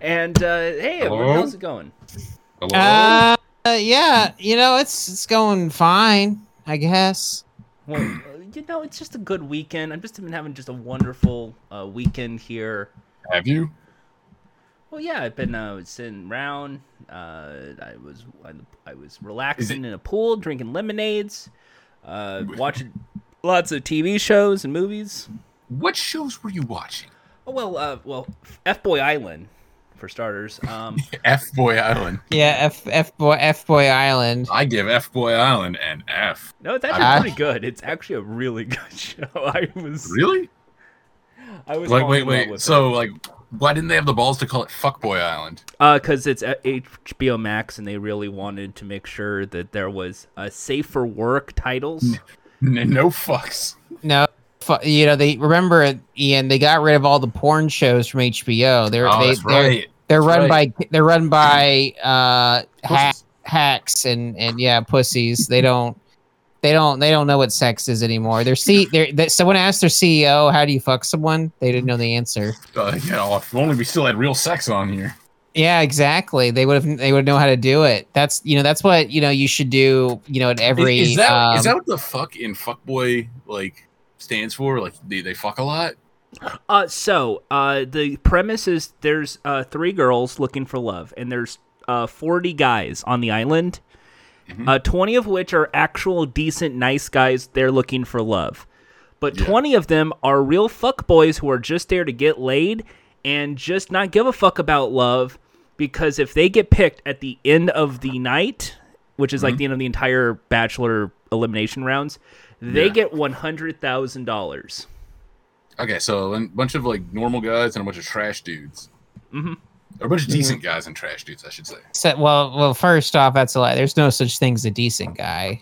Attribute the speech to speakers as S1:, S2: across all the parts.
S1: And uh, hey, everyone,
S2: Hello?
S1: how's it going?
S2: Hello?
S3: Uh, yeah, you know it's it's going fine, I guess.
S1: Well, uh, you know, it's just a good weekend. I've just been having just a wonderful uh, weekend here.
S2: Have you?
S1: Well, yeah, I've been uh, sitting around. Uh, I was I, I was relaxing in a pool, drinking lemonades, uh, watching lots of TV shows and movies.
S2: What shows were you watching?
S1: Oh well, uh, well, F Boy Island, for starters. Um,
S2: F Boy Island.
S3: Yeah, F F boy F boy Island.
S2: I give F Boy Island an F.
S1: no, it's actually
S3: Ah.
S1: pretty good. It's actually a really good show. I was
S2: Really?
S1: I was
S2: Like,
S1: falling
S2: wait,
S1: in love
S2: wait.
S1: with
S2: So, like, why didn't they have the balls to call it Fuck Boy Island?
S1: because Uh, it's at HBO Max, and they really wanted to make sure that there was a safe for work titles.
S2: N- no fucks.
S3: No, fu- you know they remember Ian. They got rid of all the porn shows from HBO. They're
S2: Oh,
S3: they,
S2: that's
S3: they're,
S2: right.
S3: they're
S2: That's
S3: run
S2: right.
S3: by they're run by uh ha-
S2: Pussies.
S3: hacks and and yeah pussies. They don't. They don't. They don't know what sex is anymore. Their C. Their, that someone asked their CEO, "How do you fuck someone?" They didn't know the answer.
S2: Uh, you know, if only we still had real sex on here.
S3: Yeah, exactly. They would have. They would know how to do it. That's you know. That's what you know. You should do. You know, at every.
S2: Is, is that
S3: um,
S2: is that what the fuck in fuckboy like stands for? Like they, they fuck a lot.
S1: Uh, so uh, the premise is there's uh, three girls looking for love, and there's uh, 40 guys on the island,
S2: Mhm.
S1: uh, 20 of which are actual decent, nice guys. They're looking for love, but
S2: Yeah.
S1: 20 of them are real fuckboys who are just there to get laid and just not give a fuck about love because if they get picked at the end of the night, which is
S2: Mm-hmm.
S1: like the end of the entire Bachelor elimination rounds, they
S2: Yeah.
S1: get $100,000.
S2: Okay, so a bunch of like normal guys and a bunch of trash dudes.
S1: Mhm.
S2: Or a bunch of
S3: Mm-hmm.
S2: decent guys and trash dudes, I should say.
S3: so- well, well. First off, that's a lie. There's no such thing as a decent guy.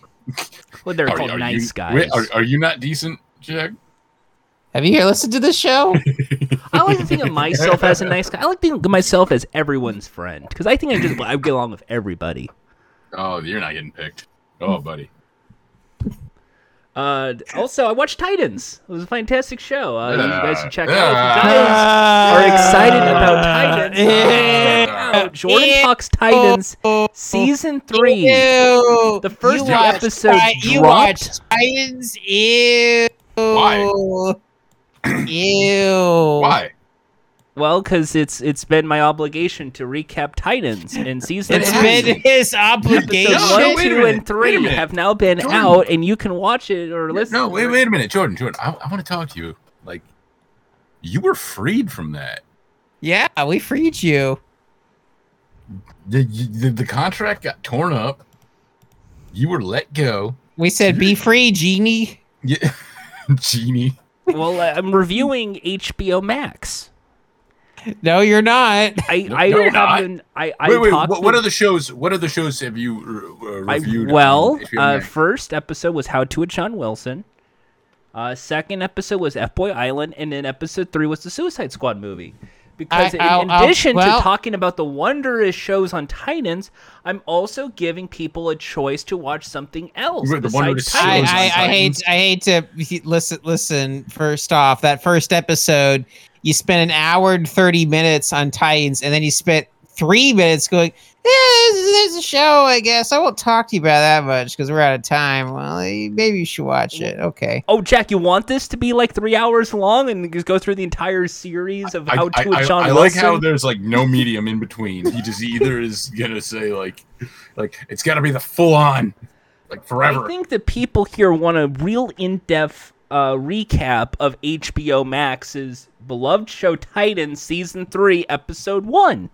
S1: Well, they're
S2: Are-
S1: called
S2: are
S1: nice
S2: you,
S1: guys.
S2: wait, Are, are you not decent, Jack?
S3: Have you listened to this show?
S1: I like to think of myself as a nice guy. I like to think of myself as everyone's friend because I think I just I get along with everybody.
S2: Oh, you're not getting picked. Oh, buddy.
S1: Uh, also, I watched Titans. It was a fantastic show. Uh, you guys should check it out. If you guys are
S3: are
S1: excited about Titans,
S3: Ah. Yeah. Oh,
S1: check out Jordan Fox Titans season three.
S3: Ew.
S1: The first
S3: you watched
S1: episode
S3: Ti- You
S1: dropped.
S3: watched Titans. Ew.
S2: Why?
S3: Ew.
S2: Why?
S1: Well, because it's it's been my obligation to recap Titans in season
S3: It's
S1: three.
S3: been his obligation.
S1: Episodes one,
S2: No, wait a
S1: two,
S2: minute.
S1: and three
S2: Wait a minute.
S1: have now been
S2: Jordan.
S1: out, and you can watch it or listen.
S2: No,
S1: to
S2: wait,
S1: it.
S2: wait a minute, Jordan, Jordan. I, I want to talk to you. Like, you were freed from that.
S3: yeah, we freed you.
S2: The, the the contract got torn up. You were let go.
S3: We said,
S1: Mm-hmm.
S3: "Be free, genie."
S2: Yeah, genie.
S1: Well, I- I'm reviewing HBO Max.
S3: No, you're not.
S1: I
S2: No,
S1: I
S2: no,
S1: don't
S2: you're not.
S1: have an I I
S2: wait, wait.
S1: talked
S2: What, what
S1: with-
S2: are the shows? What other shows have you uh,
S1: I,
S2: reviewed? on
S1: well,
S2: HBO
S1: uh,
S2: Max?
S1: first episode was How to with Sean Wilson. Uh, second episode was F Boy Island, and then episode three was the Suicide Squad movie. Because
S3: I-
S1: in
S3: I'll- I'll-
S1: addition
S3: well-
S1: to talking about the wondrous shows on Titans, I'm also giving people a choice to watch something else
S2: Wait, the
S1: besides
S2: wondrous shows
S3: I,
S2: on
S1: Titans.
S3: I, I
S2: Titans.
S3: hate I hate to listen listen first off that first episode you spent an hour and 30 minutes on Titans and then you spent 3 minutes going eh, there's, there's a show I guess I won't talk to you about that much cuz we're out of time well eh, maybe you should watch it okay
S1: Oh, Jack, you want this to be like three hours long and just go through the entire series of
S2: I,
S1: How
S2: I-
S1: to with
S2: I-
S1: Sean
S2: I
S1: Wilson?
S2: like how there's like no medium in between. He just either is gonna say like, like it's got to be the full on, like
S1: I
S2: forever.
S1: think the people here want a real in-depth uh, recap of HBO Max's beloved show Titan season three, episode one.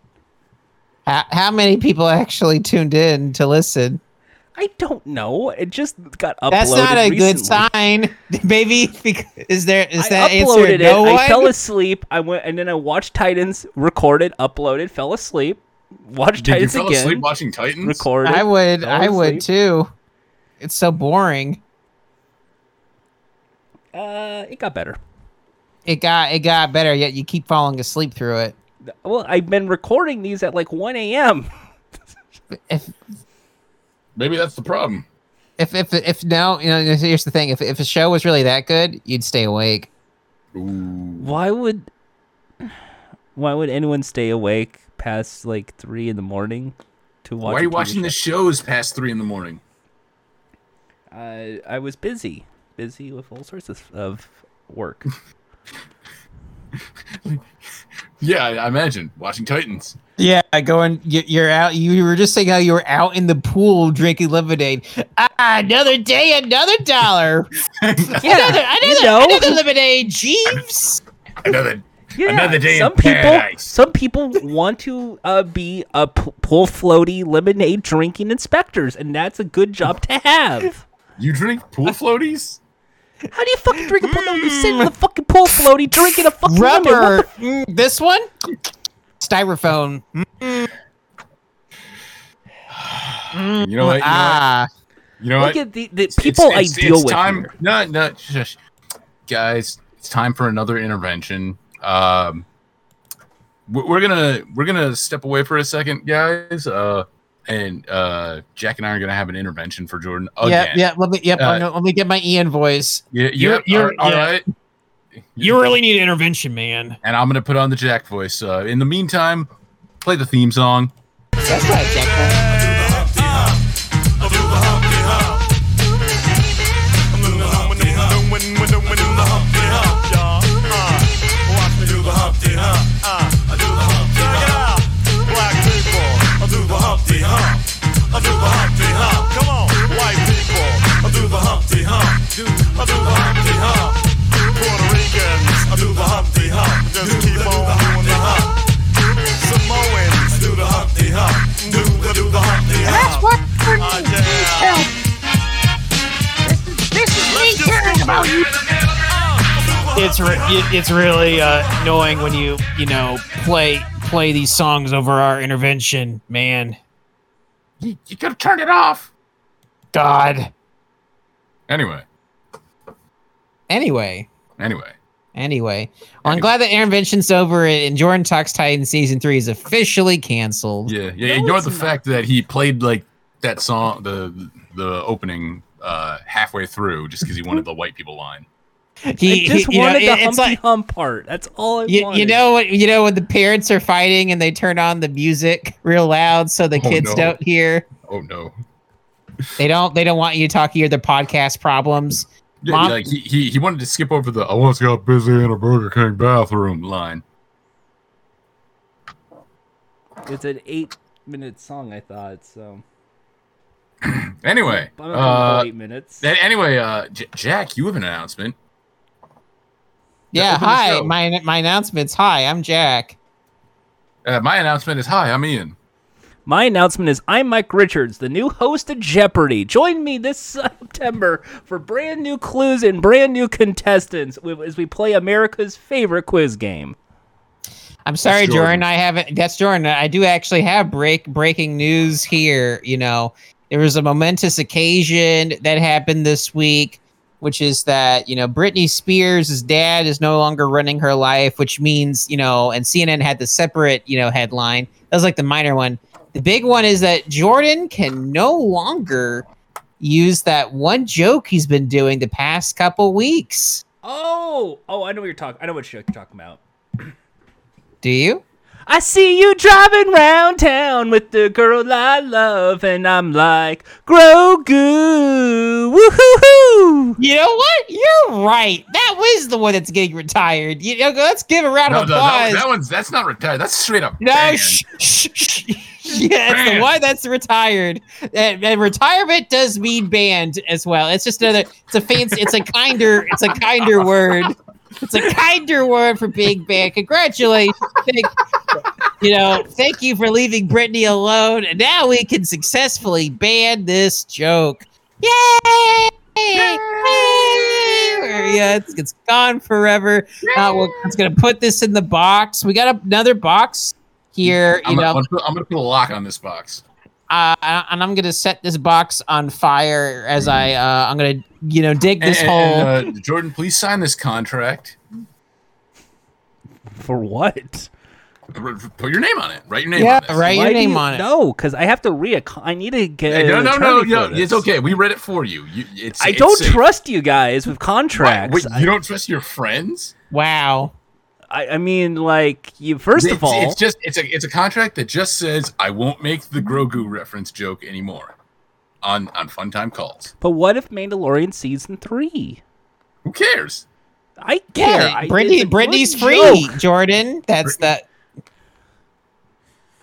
S3: how, how many people actually tuned in to listen
S1: I don't know. It just got uploaded.
S3: That's not a good
S1: recently.
S3: sign maybe because is there is
S1: I
S3: that answer
S1: uploaded
S3: no
S1: it.
S3: one
S1: I fell asleep. I went and then I watched Titans, recorded, uploaded, fell asleep, watched
S2: Did you
S1: Titans
S2: fell asleep
S1: again,
S2: watching Titans?
S1: recorded.
S3: I would
S1: fell
S3: I would
S1: asleep.
S3: too it's so boring
S1: Uh, it got better.
S3: It got it got better, yet you keep falling asleep through it.
S1: Well, I've been recording these at like 1 a.m.
S3: If
S2: Maybe that's the problem.
S3: if if if no, you know, here's the thing: if if a show was really that good, you'd stay awake.
S2: Ooh.
S1: Why would? Why would anyone stay awake past like three in the morning to watch?
S2: Why are
S1: a
S2: you
S1: TV
S2: watching the
S1: show?
S2: shows past three in the morning?
S1: I I was busy, busy with all sorts of, of work.
S2: Yeah, I I imagine watching Titans.
S3: Yeah, going. you- You're out. You were just saying how you were out in the pool drinking lemonade. Ah, another day, another dollar. another, another,
S1: you know.
S3: another lemonade, Jeeves.
S2: Another
S1: Yeah,
S2: Another day in
S1: some people,
S2: paradise.
S1: Some people want to uh, be a p- pool floaty lemonade drinking inspectors, and that's a good job to have.
S2: you drink pool floaties?
S1: How do you fucking drink a pool? No, you sit in
S2: Mm.
S1: the fucking pool floaty drinking a fucking lemonade. What
S3: Rubber. Mm, this one, styrofoam. Mm,
S2: You know what? You know what?
S3: ah,
S2: You know
S1: the-
S2: what?
S1: Mm, Look at the, the people I deal
S2: it's
S1: with.
S2: Time,
S1: here.
S2: No, no, shush. guys, it's time for another intervention. Um, we- we're gonna we're gonna step away for a second, guys. Uh, and uh, Jack and I are gonna have an intervention for Jordan
S3: yeah,
S2: again.
S3: yeah. Let me, yep.
S2: Uh,
S3: I know, let me get my Ian voice.
S2: yeah,
S4: You're- you're-
S2: all
S4: yeah.
S2: right.
S4: You really need intervention, man.
S2: and I'm gonna put on the Jack voice. Uh, in the meantime, play the theme song.
S3: That's not a jackpot.
S5: Just keep on doing the hump. Samoans do the humpty hump. Do the do the humpty hump.
S6: That's what for me.
S5: Ah, yeah.
S6: This is this is me caring about you.
S4: It's re- it- it's really uh, annoying when you you know play play these songs over our intervention, man.
S2: You, you gotta turn it off.
S4: God,
S2: Anyway,
S3: Anyway.
S2: anyway.
S3: Anyway, well, I'm glad that intervention's over and Jordan Talks Titan season three is officially canceled.
S2: Yeah, yeah.
S1: No,
S2: ignore
S1: it's
S2: the
S1: not.
S2: fact that he played like that song, the the opening uh halfway through, just because he wanted the white people line.
S1: I just
S3: you know,
S1: wanted
S3: it-
S1: the
S3: it's
S1: Humpty
S3: like-
S1: Hump part. That's all I
S3: you,
S1: wanted.
S3: you know what you know when the parents are fighting and they turn on the music real loud so the
S2: Oh,
S3: kids
S2: no.
S3: don't hear.
S2: Oh no!
S3: They don't they don't want you to talk hear their podcast problems.
S2: Yeah,
S3: Mom-
S2: like he, he he wanted to skip over the "I once got busy in a Burger King bathroom" line.
S1: it's an eight-minute song. I thought so.
S2: Anyway,
S1: I'm not gonna
S2: uh,
S1: go eight minutes.
S2: a- anyway, uh, J- Jack, you have an announcement.
S3: Yeah,
S2: open the
S3: hi.
S2: show.
S3: My my announcements. Hi, I'm Jack.
S2: Uh, my announcement is hi, I'm Ian.
S1: My announcement is I'm Mike Richards, the new host of Jeopardy. Join me this September for brand new clues and brand new contestants w- as we play America's favorite quiz game.
S3: I'm sorry,
S2: Jordan.
S3: Jordan. I haven't. That's Jordan. I do actually have break breaking news here. You know, there was a momentous occasion that happened this week, which is that you know Britney Spears' dad is no longer running her life, which means you know, and CNN had the separate you know headline. That was like the minor one. The big one is that Jordan can no longer use that one joke he's been doing the past couple weeks.
S1: Oh, oh, I know what you're talking. I know what show you're talking about.
S3: Do you?
S1: I see you driving round town with the girl I love, and I'm like, Grogu, woohoo!
S3: You know what? You're right. That was the one that's getting retired. You know, let's give a round
S2: No,
S3: of
S2: no, that,
S3: applause.
S2: that one's that's not retired. That's straight up.
S3: no,
S2: banned.
S3: shh, shh, shh. Yeah, it's the
S2: Banned.
S3: one that's retired. And, and retirement does mean banned as well. It's just another. It's a fancy. It's a kinder. It's a kinder word. It's a kinder word for being banned. Congratulations. Thank, you know, thank you for leaving Brittany alone. And now we can successfully ban this joke. Yay! Yeah, it's, it's gone forever. Uh, well, it's gonna put this in the box. We got another box here, you
S2: I'm,
S3: know,
S2: gonna, I'm, gonna put, I'm gonna put a lock on this box.
S3: uh, and I'm gonna set this box on fire as I uh, I'm gonna you know dig this
S2: And-
S3: hole.
S2: and, Mm-hmm. uh, Jordan, please sign this contract.
S1: For what?
S2: R- r- Put your name on it. Write your name.
S3: yeah,
S2: on this.
S3: write
S1: Why
S3: your
S1: do
S3: name
S1: you-
S3: on it.
S1: No, because I have to re. I need to get.
S2: Hey, no,
S1: an
S2: no, no,
S1: attorney
S2: no.
S1: for
S2: It's
S1: this.
S2: okay. We read it for you. you it's,
S1: I
S2: it's
S1: don't
S2: safe.
S1: trust you guys with
S2: Why-
S1: contracts.
S2: Wait, you don't trust your friends?
S3: Wow.
S1: I, I mean, like you. First
S2: it's,
S1: of all,
S2: it's just it's a it's a contract that just says I won't make the Grogu reference joke anymore on on fun time calls.
S1: but what if Mandalorian season three?
S2: Who cares?
S1: I care.
S3: Yeah,
S1: I-
S3: Brittany,
S1: it's a good
S3: Brittany's free.
S1: joke.
S3: Jordan, that's that.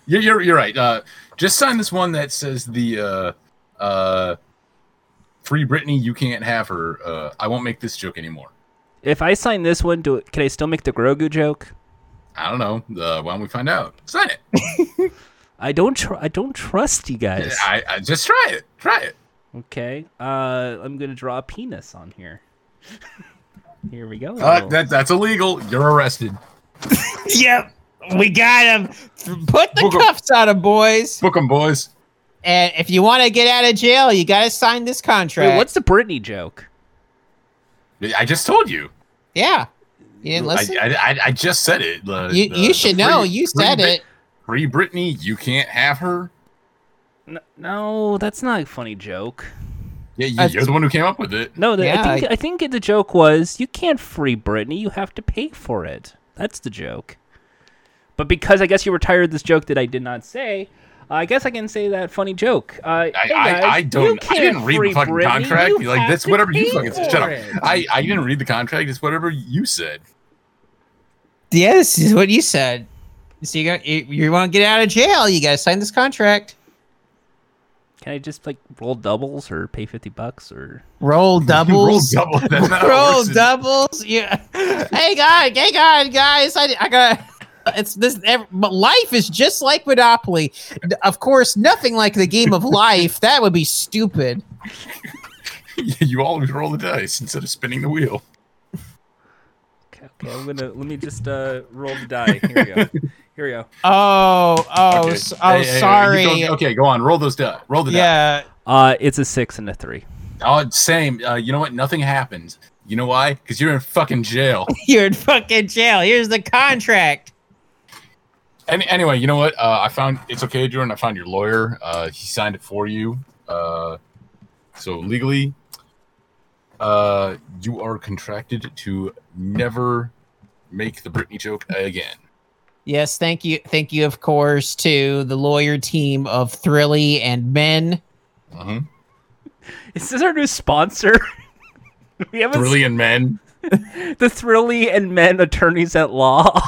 S2: You're you're, you're right. Uh, just sign this one that says the uh, uh, free Britney. You can't have her. Uh, I won't make this joke anymore.
S1: If I sign this one, do it, can I still make the Grogu joke?
S2: I don't know. Uh, why don't we find out? Sign it.
S1: I don't. Tr- I don't trust you guys.
S2: I, I just try it. Try it.
S1: Okay. Uh, I'm gonna draw a penis on here. here we go.
S3: Oh.
S2: Uh, that that's illegal. You're arrested.
S3: Yep, we got him. Put the
S2: We'll go-
S3: cuffs on him, boys.
S2: Book 'em, boys.
S3: And if you want to get out of jail, you got to sign this contract.
S1: Wait, what's the Britney joke?
S2: I just told you.
S3: Yeah, you didn't
S2: I,
S3: listen.
S2: I, I, I just said it. The-
S3: you
S2: the-
S3: you
S2: the
S3: should know.
S2: free-
S3: You
S2: free
S3: said
S2: Brit-
S3: it.
S2: Free Britney. You can't have her.
S1: N- no, that's not a funny joke.
S2: Yeah, you,
S3: That's-
S2: you're the one who came up with it.
S1: No, the,
S3: Yeah,
S1: I think I, think the joke was you can't free Britney, you have to pay for it. That's the joke. But because I guess you retired this joke that I did not say, I guess I can say that funny joke. Uh, hey
S2: I,
S1: guys,
S2: I, I
S1: you
S2: don't. I
S1: can't
S2: didn't read
S1: free
S2: the fucking
S1: Britney,
S2: contract.
S1: you
S2: like
S1: have
S2: that's
S1: to
S2: whatever you
S1: pay
S2: fucking said.
S1: for
S2: Shut up.
S1: it.
S2: I, I didn't read the contract. It's whatever you said.
S3: Yeah, this is what you said. So you got you, you want to get out of jail? You got to sign this contract.
S1: Can I just like roll doubles or pay fifty bucks or?
S3: Roll doubles.
S2: Roll double. That's not how it
S3: Roll
S2: works.
S3: doubles. Yeah. hey God. Hey God, guys. I, I got. It's this. ev- But life is just like Monopoly. N- Of course, nothing like the game of life. That would be stupid.
S2: you always roll the dice instead of spinning the wheel.
S1: Okay, okay, I'm gonna let me just uh, roll the die. Here we go. Here we go.
S3: Oh. Oh.
S2: Okay.
S3: s-
S2: Hey,
S3: oh.
S2: hey, hey, you
S3: sorry.
S2: don't- okay, go on. Roll those dice. Roll the dice.
S3: yeah.
S1: Uh, it's a six and a three.
S2: Oh, same. Uh, you know what? Nothing happens. You know why? Because you're in fucking jail.
S3: You're in fucking jail. Here's the contract.
S2: Any, anyway, you know what? Uh, I found it's okay, Jordan. I found your lawyer. Uh, he signed it for you. Uh, so legally, uh, you are contracted to never make the Britney joke again.
S3: Yes, thank you. Thank you, of course, to the lawyer team of Thrilly and Men.
S2: Uh-huh.
S1: Is this our new sponsor? we have a,
S2: Brilliant men.
S1: the Thrilly and Men Attorneys at Law.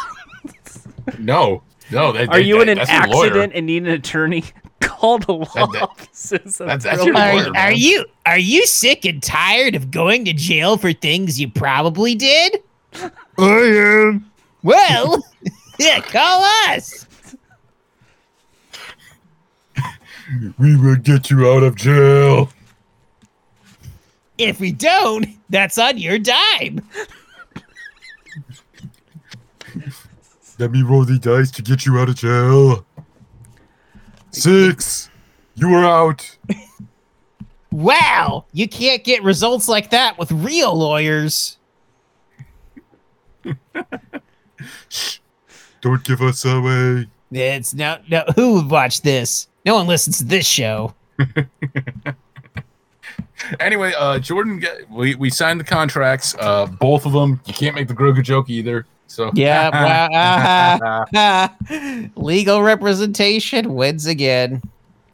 S2: No, no. That,
S1: Are
S2: that-
S1: you in an
S2: that's your lawyer.
S1: accident and need an attorney? Call the law
S2: That- that-
S1: offices. of
S2: that- that's
S1: Thrill-
S2: your lawyer.
S3: Are, are you are you sick and tired of going to jail for things you probably did? I am. Well, yeah, call us.
S2: We will get you out of jail.
S3: If we don't, that's on your dime.
S2: Let me roll the dice to get you out of jail. Six. You are out.
S3: Wow, you can't get results like that with real lawyers.
S2: Don't give us away.
S3: It's no no who would watch this? No one listens to this show.
S2: Anyway, uh, Jordan, get- we, we signed the contracts. Uh, both of them. You can't make the Grogu joke either. So
S3: Yeah, wow. ah, ah. Legal representation wins again.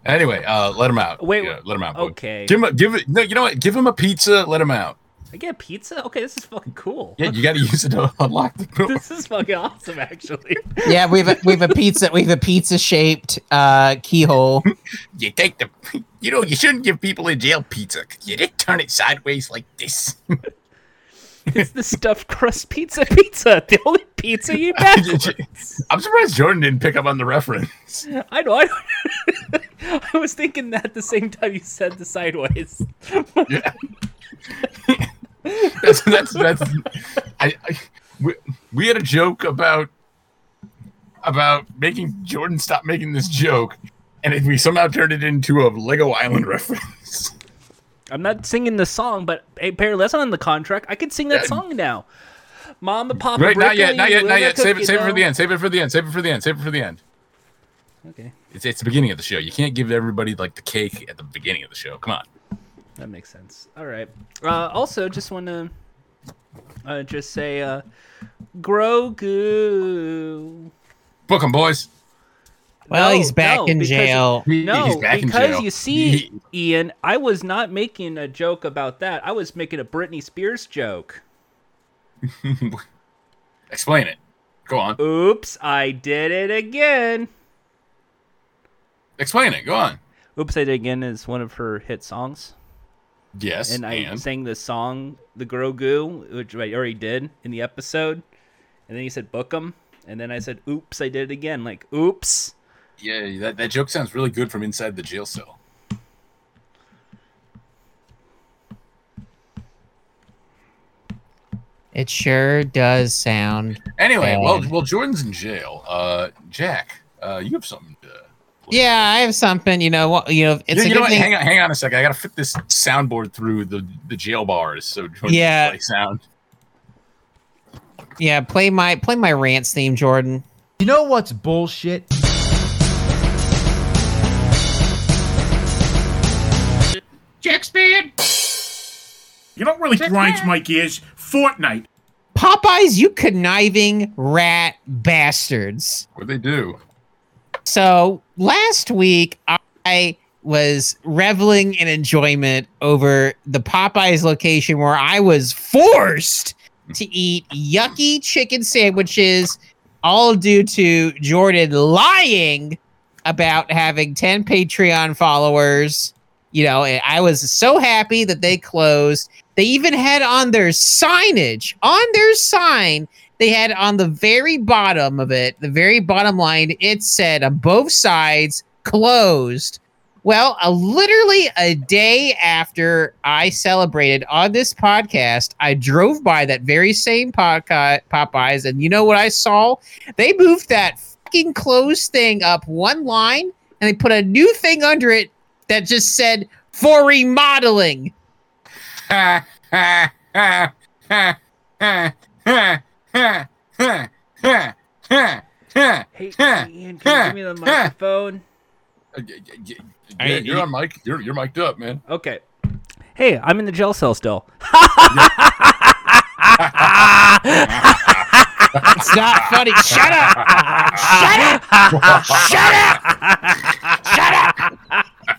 S2: anyway, uh, let him out.
S1: Wait,
S2: yeah, let him out. boy.
S1: Okay.
S2: Give him. A, give it. No, you know what? Give him a pizza. Let him out.
S1: I get pizza? Okay, this is fucking cool.
S2: Yeah, you got to use it to unlock the door.
S1: This is fucking awesome, actually.
S3: Yeah, we've a, we've a pizza we've a pizza shaped uh keyhole.
S2: You take the. You know, you shouldn't give people in jail pizza. 'cause You didn't turn it sideways like this.
S1: it's the stuffed crust pizza pizza. The only pizza you bet.
S2: I'm surprised Jordan didn't pick up on the reference.
S1: I know. I, know. I was thinking that the same time you said the sideways.
S2: Yeah. that's that's that's. I, I we, we had a joke about about making Jordan stop making this joke, and if we somehow turned it into a Lego Island reference.
S1: I'm not singing the song, but apparently that's not in the contract. I could sing that
S2: Yeah.
S1: song now. Mom and Papa.
S2: Right? Not yet.
S1: Brickley,
S2: Not yet. Not
S1: Wilma
S2: yet. Save
S1: Cookie
S2: it. Save it for the
S1: Dough.
S2: end. Save it for the end. Save it for the end. Save it for the end.
S1: Okay,
S2: It's it's the beginning of the show. You can't give everybody like the cake at the beginning of the show. Come on.
S1: that makes sense. All right. Uh, also, just want to Uh, just say, uh, Grogu.
S2: Book him, boys.
S3: Well,
S1: No,
S3: he's back
S1: no,
S3: in
S1: because-
S3: jail.
S2: He-
S1: No,
S2: he's back in
S1: because
S2: jail.
S1: you see,
S2: He-
S1: Ian, I was not making a joke about that. I was making a Britney Spears joke.
S2: explain it. Go on.
S1: Oops, I did it again.
S2: Explain it. Go on.
S1: Oops, I did it again is one of her hit songs,
S2: Yes.
S1: and
S2: And,
S1: I sang the song "The Grogu," which I already did in the episode, and then he said "Bookum," and then I said "Oops, I did it again." Like, oops.
S2: yeah, that, that joke sounds really good from inside the jail cell.
S3: It sure does sound.
S1: Um,
S2: Anyway, well,
S3: And-
S2: well, Jordan's in jail. Uh, Jack, uh, you have something. To,
S3: Yeah, I have something. You know, what- you know,
S2: you,
S3: it's a
S2: you
S3: good
S2: know what?
S3: thing.
S2: Hang on, hang on a second. I gotta fit this soundboard through the the jail bars so Jordan
S3: Yeah.
S2: can play sound.
S3: Yeah, play my play my rants theme, Jordan.
S7: You know what's bullshit?
S8: You know what really grinds my gears? Fortnite.
S3: Popeyes, you conniving rat bastards.
S2: What they do?
S3: So last week, I was reveling in enjoyment over the Popeyes location where I was forced to eat yucky chicken sandwiches, all due to Jordan lying about having 10 Patreon followers. You know, and I was so happy that they closed. They even had on their signage, on their sign, they had on the very bottom of it, the very bottom line, it said on both sides closed. Well, a, literally a day after I celebrated on this podcast, I drove by that very same podca- Popeyes, and you know what I saw? They moved that fucking closed thing up one line, and they put a new thing under it that just said for remodeling.
S2: Ha ha ha ha ha ha ha ha ha ha.
S1: Hey,
S2: Huh.
S1: Ian, can you
S2: Huh.
S1: give me the
S2: Huh.
S1: microphone?
S2: Uh, Yeah, you're on mic. You're you're mic'd up, man.
S1: Okay. Hey, I'm in the jail cell still.
S3: It's not funny. Shut up.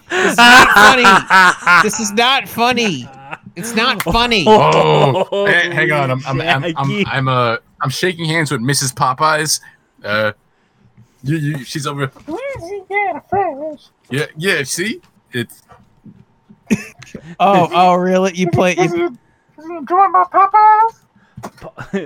S3: It's not funny. This is not funny. It's not funny.
S2: Oh,
S1: Oh,
S2: hey, hang on. I'm I'm I'm,
S1: Jackie.
S2: I'm, I'm, uh, I'm shaking hands with Mrs. Popeyes. Uh, you, you, she's over. Yeah, yeah. See, it's
S3: Oh, oh, really? You play? You,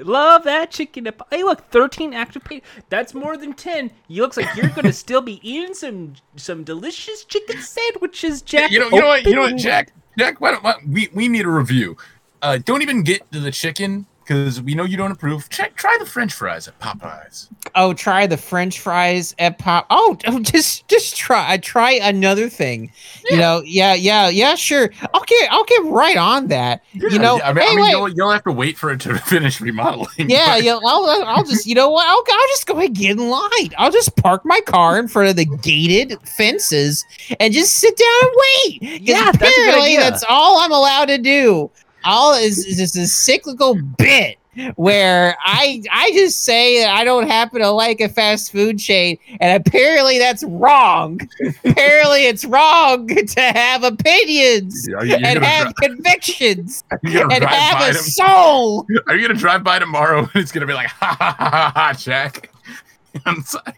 S1: Love that chicken. and po- Hey, look, 13 active pa- That's more than 10. You looks like you're gonna still be eating some some delicious chicken sandwiches, Jack.
S2: you know you know what you know what
S1: Open-
S2: Jack Jack. Why don't why, we we need a review? Uh, don't even get to the chicken because we know you don't approve. Check, try the French fries at Popeyes.
S3: oh, try the French fries at Pop. Oh, oh, just just try. Try another thing. You know? Yeah, yeah, yeah. Sure. I'll get I'll get right on that. you know?
S2: I mean,
S3: hey,
S2: I mean
S3: wait.
S2: you'll, you'll have to wait for it to finish remodeling.
S3: yeah,
S2: but-
S3: yeah. I'll, I'll- I'll just, you know what? I'll, I'll just go ahead and get in line. I'll just park my car in front of the gated fences and just sit down and wait. 'Cause
S1: Yeah, that's a good
S3: apparently
S1: idea.
S3: that's all I'm allowed to do. All is, is just a cyclical bit where I I just say that I don't happen to like a fast food chain, and apparently that's wrong. apparently it's wrong to have opinions
S2: Are you, you're
S3: and
S2: gonna
S3: have convictions
S2: dri- you're gonna
S3: and
S2: drive
S3: have
S2: by
S3: a
S2: them.
S3: soul.
S2: Are you gonna drive by tomorrow and it's gonna be like ha ha ha ha, ha Jack? I'm sorry.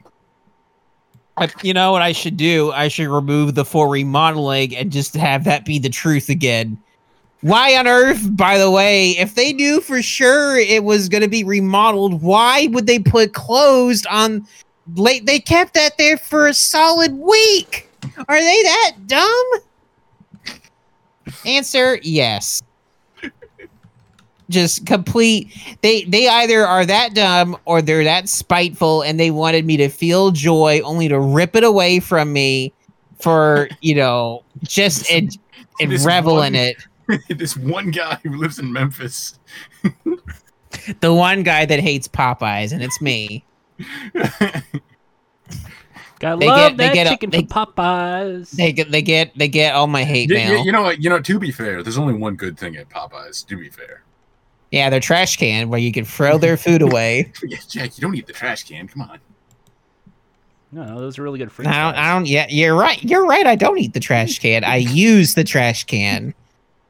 S3: I- you know what I should do? I should remove the for remodeling and just have that be the truth again. Why on earth, by the way, if they knew for sure it was going to be remodeled, why would they put closed on late? They kept that there for a solid week. Are they that dumb? Answer yes. Just complete they they either are that dumb or they're that spiteful and they wanted me to feel joy only to rip it away from me for you know just and, and
S2: This
S3: revel in
S2: one-
S3: it
S2: this one guy who lives in Memphis.
S3: the one guy that hates popeyes and it's me
S1: Gotta
S3: They
S1: love
S3: get- they
S1: that
S3: get a-
S1: chicken
S3: they-
S1: from Popeyes.
S3: they get they get they get all my hate
S2: You,
S3: mail
S2: you know what? You know. To be fair, there's only one good thing at Popeyes. To be fair,
S3: Yeah, their trash can where you can throw their food away.
S2: Yeah, Jack, you don't need the trash can. Come on.
S1: No, no, those are really good
S3: I
S1: french
S3: don't.
S1: fries.
S3: I don't. Yeah, you're right. You're right. I don't eat the trash can. I use the trash can.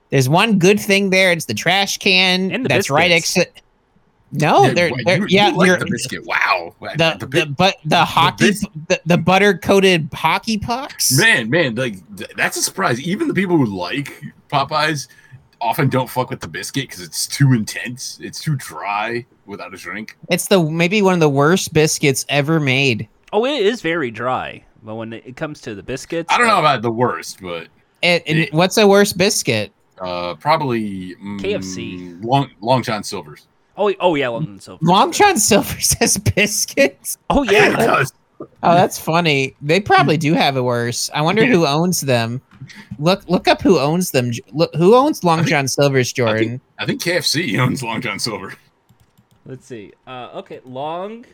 S3: There's one good thing there. It's the trash can.
S1: And the
S3: that's right
S1: biscuits.
S3: exit. No,
S2: Yeah,
S3: Oh, they're,
S2: why-
S3: they're
S2: you-
S3: yeah.
S2: you like
S3: you're,
S2: the biscuit. Wow. Like,
S3: the, the,
S2: bi-
S3: but the hockey
S2: bis-
S3: the, the butter coated hockey pucks.
S2: man, man, like th- that's a surprise. Even the people who like Popeyes often don't fuck with the biscuit because it's too intense. It's too dry without a drink.
S3: It's the maybe one of the worst biscuits ever made.
S1: Oh, it is very dry. But when it comes to the biscuits,
S2: I don't know
S1: like
S2: about the worst, but
S3: It, it-
S2: Yeah.
S3: what's the worst biscuit?
S2: uh, probably mm,
S1: KFC.
S2: Long Long John Silver's.
S1: Oh, oh yeah, Long John Silver's.
S3: Long John Silver says biscuits.
S1: Oh
S2: Yeah, it
S1: yeah,
S2: does.
S3: Oh, that's funny. They probably do have it worse. I wonder who owns them. Look, look up who owns them. J- Look, who owns Long
S2: think-
S3: John Silver's, Jordan?
S2: I think KFC owns Long John Silver.
S1: Let's see. Uh, okay, Long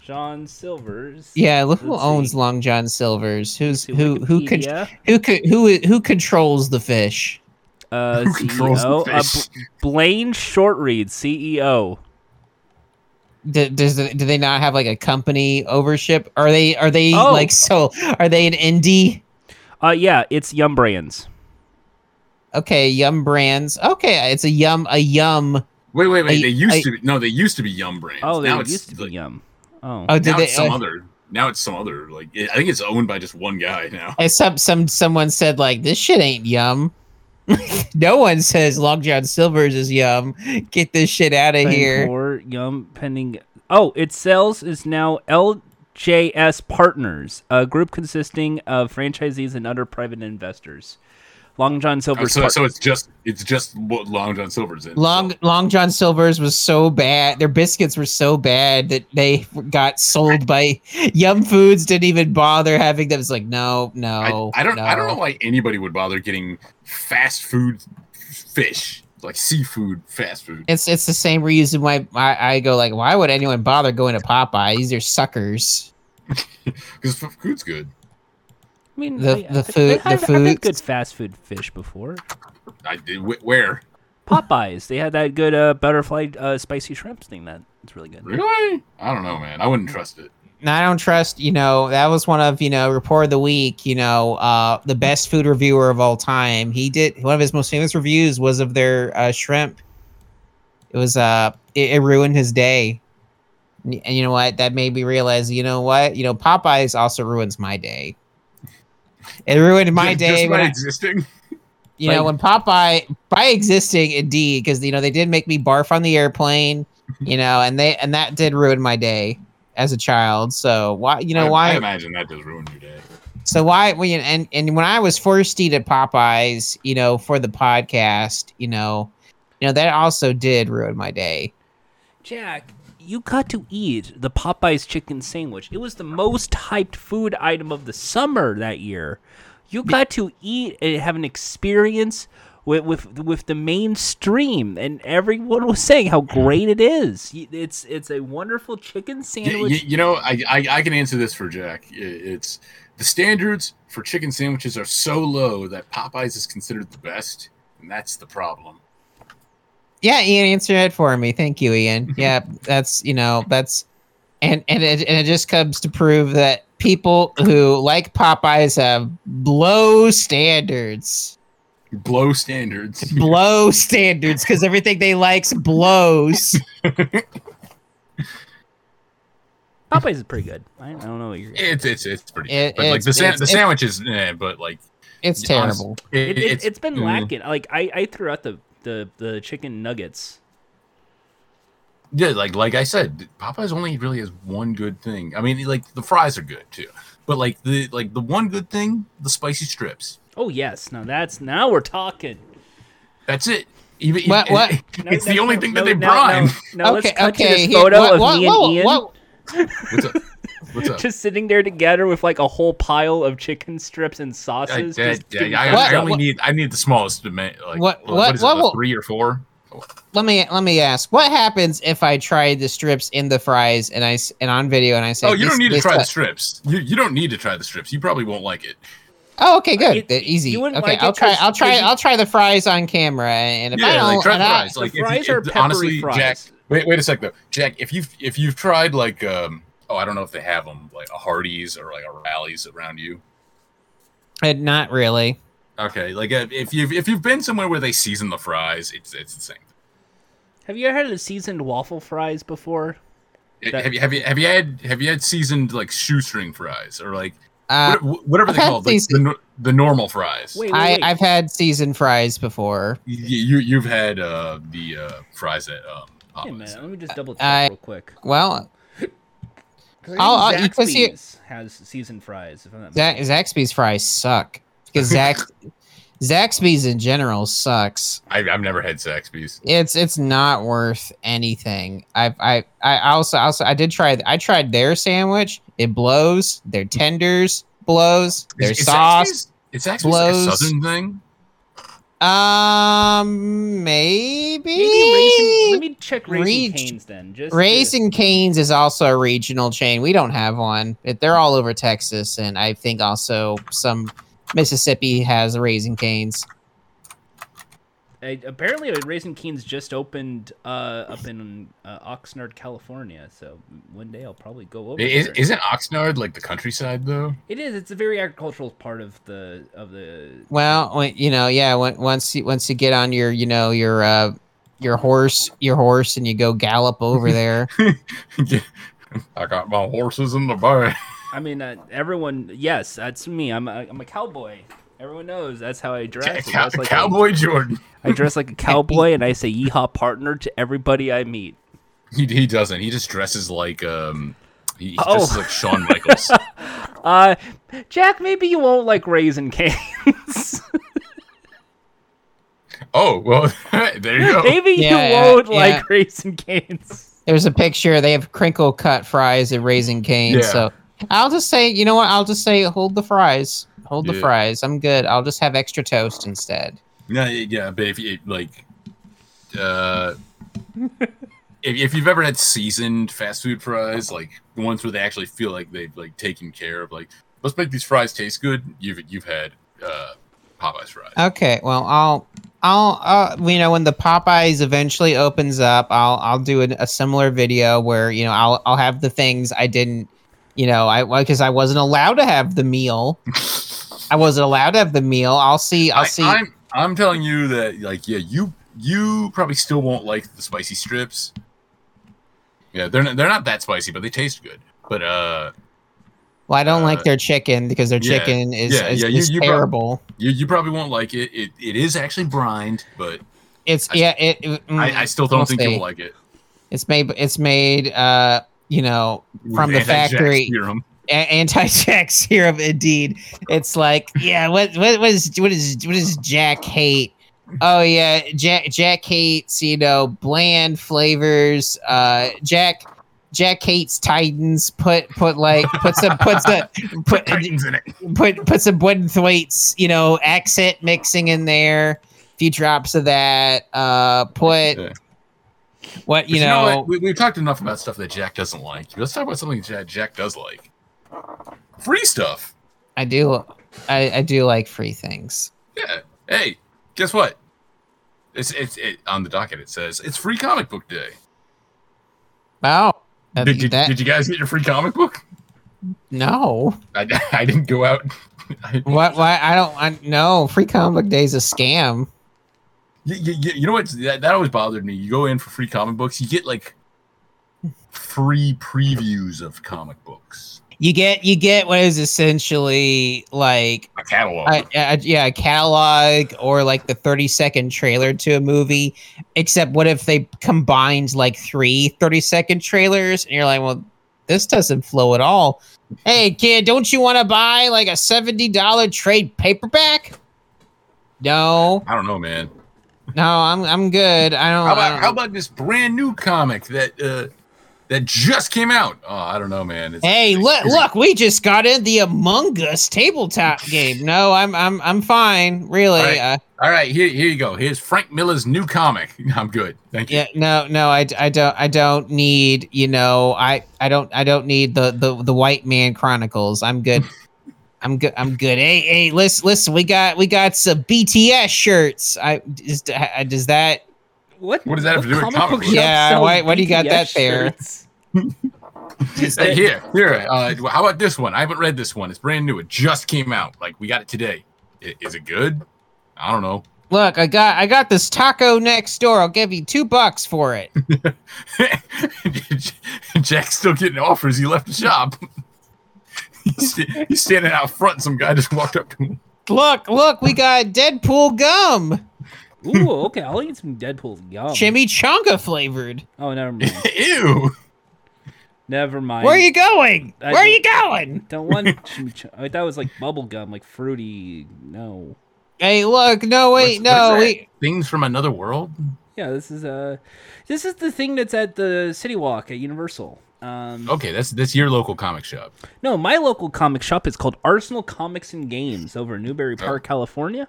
S1: John Silver's.
S3: Yeah, look who
S1: Let's
S3: owns
S1: see.
S3: Long John Silver's. Who's
S1: See
S3: who? Who could?
S1: Wikipedia.
S3: Who could? Who i- who controls the fish?
S1: Uh,
S2: Who controls the
S1: CEO, uh,
S2: fish?
S1: B- Blaine Shortreed, E CEO.
S3: Do, does the, do they not have like a company overship? Are they are they
S1: Oh.
S3: like so? Are they an indie?
S1: Uh, yeah, it's Yum Brands.
S3: Okay, Yum Brands. Okay, it's a Yum a Yum.
S2: Wait, wait, wait.
S3: I-
S2: they used
S3: I-
S2: to be no, they used to be Yum Brands.
S1: Oh, they
S2: now it's
S1: used to be
S2: like,
S1: Yum. Oh,
S3: Oh, did
S2: now
S3: they?
S2: it's some
S3: uh,
S2: other. Now it's some other. Like it, I think it's owned by just one guy now.
S3: And some some someone said like this shit ain't yum. no one says Long John Silver's is yum. Get this shit out of
S1: Bang
S3: here.
S1: for Yum pending. Oh, its sales is now LJS Partners, a group consisting of franchisees and other private investors. Long John
S2: Oh,
S1: Silver's.
S2: so,
S1: part-
S2: so it's just it's just what Long John Silver's in.
S3: Long Long John Silver's was so bad. Their biscuits were so bad that they got sold by Yum Foods. Didn't even bother having them. It's like no, no.
S2: I, I don't. I don't know
S3: oh, no.
S2: why anybody would bother getting fast food fish, like seafood fast food.
S3: It's it's the same reason why I, I go like why would anyone bother going to Popeye? These are suckers.
S2: Because food's good.
S1: I mean,
S3: the-
S1: I-
S3: the
S1: I-
S3: food- the
S1: I've, I've
S3: foods.
S1: had good fast food fish before.
S2: I did. wh- Where
S1: Popeyes. They had that good uh, butterfly uh, spicy shrimp thing. That it's really good.
S2: really? I don't know, man. I wouldn't trust it.
S3: And I don't trust, you know, that was one of, you know, report of the week, you know, uh, the best food reviewer of all time. He did one of his most famous reviews was of their uh, shrimp. It was uh it, it ruined his day. And, and you know what? That made me realize, you know what? You know, Popeyes also ruins my day. It ruined my
S2: Just-
S3: day
S2: Just
S3: when
S2: by
S3: I-
S2: existing.
S3: you know, when Popeye by existing indeed, because you know they did make me barf on the airplane, you know, and they and that did ruin my day as a child. So why, you know,
S2: I, I
S3: why?
S2: imagine that does ruin your day.
S3: so why? When you, and and when I was forced to eat at Popeyes, you know, for the podcast, you know, you know that also did ruin my day.
S1: Jack, you got to eat the Popeyes chicken sandwich. It was the most hyped food item of the summer that year. You got to eat and have an experience with with, with the mainstream, and everyone was saying how great it is. Y- It's it's a wonderful chicken
S2: You,
S1: sandwich.
S2: you, you know, I, I I can answer this for Jack. I- It's the standards for chicken sandwiches are so low that Popeyes is considered the best, and that's the problem.
S3: Yeah, Ian answered it for me. Thank you, Ian. Yeah, that's you know that's, and and it, and it just comes to prove that people who like Popeyes have low standards,
S2: Blow standards.
S3: blow standards, because everything they likes blows.
S1: Popeyes is pretty good. I, I don't know what you're. Getting.
S2: It's it's it's pretty.
S3: It-
S2: good. but like the
S3: it's-
S2: sa-
S3: it's-
S2: the
S3: it's-
S2: sandwiches, eh, but like
S3: It's
S2: Yeah, honest-
S3: terrible.
S1: It, it, has been
S2: mm,
S1: lacking. Like I, I threw out the, the, the chicken nuggets.
S2: Yeah, like like I said, Popeyes only really has one good thing. I mean, like the fries are good too, but like the like the one good thing, the spicy strips.
S1: Oh yes, now that's now we're talking.
S2: That's it. Even
S3: What-
S2: it-
S3: what?
S2: it-
S1: No,
S2: it's
S1: no,
S2: the only
S1: no,
S2: thing
S1: no,
S2: that they
S1: no,
S2: brine.
S1: No, no, let's cut to this
S3: here-
S1: photo
S3: whoa,
S1: of
S3: whoa,
S1: me
S3: whoa,
S1: and Ian
S3: whoa.
S2: What's up? What's up?
S1: just sitting there together with like a whole pile of chicken strips and
S2: I,
S1: sauces.
S2: I-
S1: just
S2: I-
S1: getting
S2: I- I
S3: What-
S2: only
S3: what-
S2: need I need the smallest demand. Like
S3: What-
S2: what?
S3: what-
S2: what is
S3: what
S2: it?
S3: will-
S2: a three or four?
S3: Let me let me ask. What happens if I try the strips in the fries and I s- and on video and I say?
S2: Oh, you
S3: "This-
S2: don't need to
S3: this
S2: try the
S3: sucks."
S2: strips. You you don't need to try the strips. You probably won't like it.
S3: Oh, okay, good.
S1: You-
S3: They're easy.
S1: you wouldn't
S3: okay,
S1: like it
S3: I'll try.
S1: 'cause-
S3: I'll try.
S1: 'cause you-
S3: I'll try the fries on camera, and if I
S2: yeah,
S3: don't,
S2: like try
S3: and
S2: the
S3: I-
S2: fries. Like
S1: The
S2: if you-
S1: fries
S2: if-
S1: are peppery
S2: honestly,
S1: fries.
S2: Jack. Wait, wait a sec though, Jack. If you've if you've tried like um, oh, I don't know if they have them like a Hardee's or like a Rallies around you.
S3: Uh, not really.
S2: Okay, like uh, if you've if you've been somewhere where they season the fries, it's it's the same.
S1: Have you ever had the seasoned waffle fries before? That-
S2: Have you have you have you had have you had seasoned like shoestring fries or like
S3: Uh,
S2: what- wh- whatever
S3: I've
S2: they
S3: had
S2: call like, the,
S3: seasoned-
S2: nor- the normal fries?
S1: Wait, wait,
S3: I,
S1: wait.
S3: I've had seasoned fries before.
S2: Y- You, you have had uh, the uh, fries at um,
S1: Hey,
S2: Popeyes.
S1: man, let me just double check
S3: I-
S1: real quick.
S3: Well,
S1: 'Cause
S3: I'll-
S1: I
S3: I'll-
S1: think
S3: because you-
S1: Zaxby's has seasoned fries. If I'm not
S3: Zax- Zaxby's fries suck because Zax, Zaxby's in general sucks.
S2: I, I've never had Zaxby's.
S3: It's it's not worth anything. I I I also also I did try. I tried their sandwich. It blows. Their tenders blows. Their
S2: Is- is
S3: sauce.
S2: Zaxby's- Is Zaxby's
S3: blows.
S2: like a southern thing?
S3: Um, maybe.
S1: Maybe Raising, let me check Raising
S3: Reach-
S1: Cane's then. Just to-
S3: Raising Canes is also a regional chain. We don't have one. It- They're all over Texas, and I think also some Mississippi has Raising Canes.
S1: I- apparently, Raising Cane's just opened uh, up in uh, Oxnard, California. So one day I'll probably go over.
S2: Is,
S1: there.
S2: isn't Oxnard like the countryside though?
S1: It is. It's a very agricultural part of the of the.
S3: Well, when, you know, yeah. When, once you once you get on your, you know, your uh, your horse, your horse, and you go gallop over there.
S2: I got my horses in the barn.
S1: I mean, uh, everyone. Yes, that's me. I'm a, I'm a cowboy. Everyone knows that's how I dress. I
S2: Cow-
S1: dress like a-
S2: Cowboy Jordan.
S1: I dress like a cowboy, and I say "Yeehaw, partner" to everybody I meet.
S2: He, he doesn't. He just dresses like um. He, he
S1: Oh.
S2: dresses like Shawn Michaels.
S1: Uh, Jack, maybe you won't like raisin canes.
S2: oh well, there you go.
S1: maybe
S3: Yeah,
S1: you won't
S3: yeah.
S1: like raisin canes.
S3: There's a picture. They have crinkle cut fries at Raising Cane's.
S2: Yeah.
S3: So I'll just say, you know what? I'll just say, hold the fries. Hold the
S2: Yeah.
S3: fries. I'm good. I'll just have extra toast instead.
S2: Yeah, yeah, yeah, but if you like, uh, if, if you've ever had seasoned fast food fries, like the ones where they actually feel like they've like taken care of, like let's make these fries taste good. You've you've had uh, Popeyes fries.
S3: Okay, well, I'll, I'll, uh, you know, when the Popeyes eventually opens up, I'll, I'll do an, a similar video where you know I'll, I'll have the things I didn't, you know, I because I wasn't allowed to have the meal. I wasn't allowed to have the meal. I'll see. I'll
S2: I,
S3: see.
S2: I'm I'm telling you that like yeah, you you probably still won't like the spicy strips. Yeah, they're not, they're not that spicy, but they taste good. But uh,
S3: well, I don't
S2: uh,
S3: like their chicken because their
S2: yeah,
S3: chicken is
S2: yeah,
S3: is,
S2: yeah, you-
S3: is
S2: you prob-
S3: terrible.
S2: you you probably won't like it. It it is actually brined, but
S3: it's
S2: I-
S3: yeah. It, it- mm,
S2: I, I still don't
S3: we'll
S2: think
S3: see.
S2: you'll like it.
S3: It's made. It's made. Uh, you know, From the
S2: Anti-Jack
S3: factory.
S2: serum.
S3: a- anti-Jack serum. Indeed, it's like, yeah, what what what is what is what does Jack hate? Oh yeah, Jack Jack hates you know bland flavors. Uh, Jack Jack hates Titans. Put put like put some put some put
S2: Titans in it.
S3: put put some Woodenthwaite's you know accent mixing in there. A few drops of that. Uh, put
S2: Yeah.
S3: what you
S2: But
S3: know.
S2: what? we, we've talked enough about stuff that Jack doesn't like. Let's talk about something Jack, Jack does like. Free stuff.
S3: I do. I, I do like free things.
S2: Yeah. Hey, guess what? It's it's it, on the docket. It says it's free comic book day.
S3: Wow. That,
S2: Did, did,
S3: that-
S2: did you guys get your free comic book?
S3: no.
S2: I, I didn't go out. I,
S3: What? Why? I don't. I, no. Free comic book day is a scam.
S2: you, you, you know what? That, that always bothered me. You go in for free comic books, you get like free previews of comic books.
S3: You get. You get what is essentially like.
S2: A catalog.
S3: A, a, yeah, a catalog or like the 30 second trailer to a movie. Except, what if they combined like three 30 second trailers and you're like, well, this doesn't flow at all. Hey, kid, don't you want to buy like a $70 trade paperback? No.
S2: I don't know, man.
S3: No, I'm I'm good. I don't.
S2: How
S3: I
S2: about
S3: don't-
S2: how about this brand new comic that uh, that just came out? Oh, I don't know, man. It's-
S3: hey,
S2: it's-
S3: look!
S2: it's-
S3: Look, we just got in the Among Us tabletop game. No, I'm I'm I'm fine. Really.
S2: All right.
S3: Uh,
S2: All right, here here you go. Here's Frank Miller's new comic. I'm good. Thank you.
S3: yeah. No. No. I, I don't I don't need you know I I don't I don't need the the the White Man Chronicles. I'm good. I'm good. I'm good. Hey, hey, listen, listen. We got we got some BTS shirts. I is, I, does that
S1: What?
S2: What does that have to do with
S1: comic
S2: comic
S1: book
S2: books?
S1: shop
S3: Yeah,
S1: sells
S3: why- why do you got
S1: BTS
S3: that there?
S1: shirts?
S2: Hey, here, here. Uh, how about this one? I haven't read this one. It's brand new. It just came out. Like we got it today. I- Is it good? I don't know.
S3: look? I got I got this taco next door. I'll give you two bucks for it.
S2: Jack's still getting offers. He left the shop. he's, sta- he's standing out front. Some guy just walked up to him.
S3: look, look. We got Deadpool gum,
S1: Ooh, okay. I'll eat some Deadpool's
S3: Oh.
S1: gum.
S3: chimichanga flavored.
S1: Oh, never mind.
S2: Ew.
S1: Never mind.
S3: Where are you going?
S1: I
S3: Where are
S1: don't-
S3: you going?
S1: Don't want chimichanga. Like, that was like bubble gum, like fruity. No.
S3: Hey, look. No,
S2: What's-
S3: wait, no.
S2: what's that?
S3: We
S2: Things from another world.
S1: Yeah, this is uh this is the thing that's at the City Walk at Universal. Um,
S2: Okay, that's that's your local comic shop.
S1: No, my local comic shop is called Arsenal Comics and Games over in Newberry Park, California.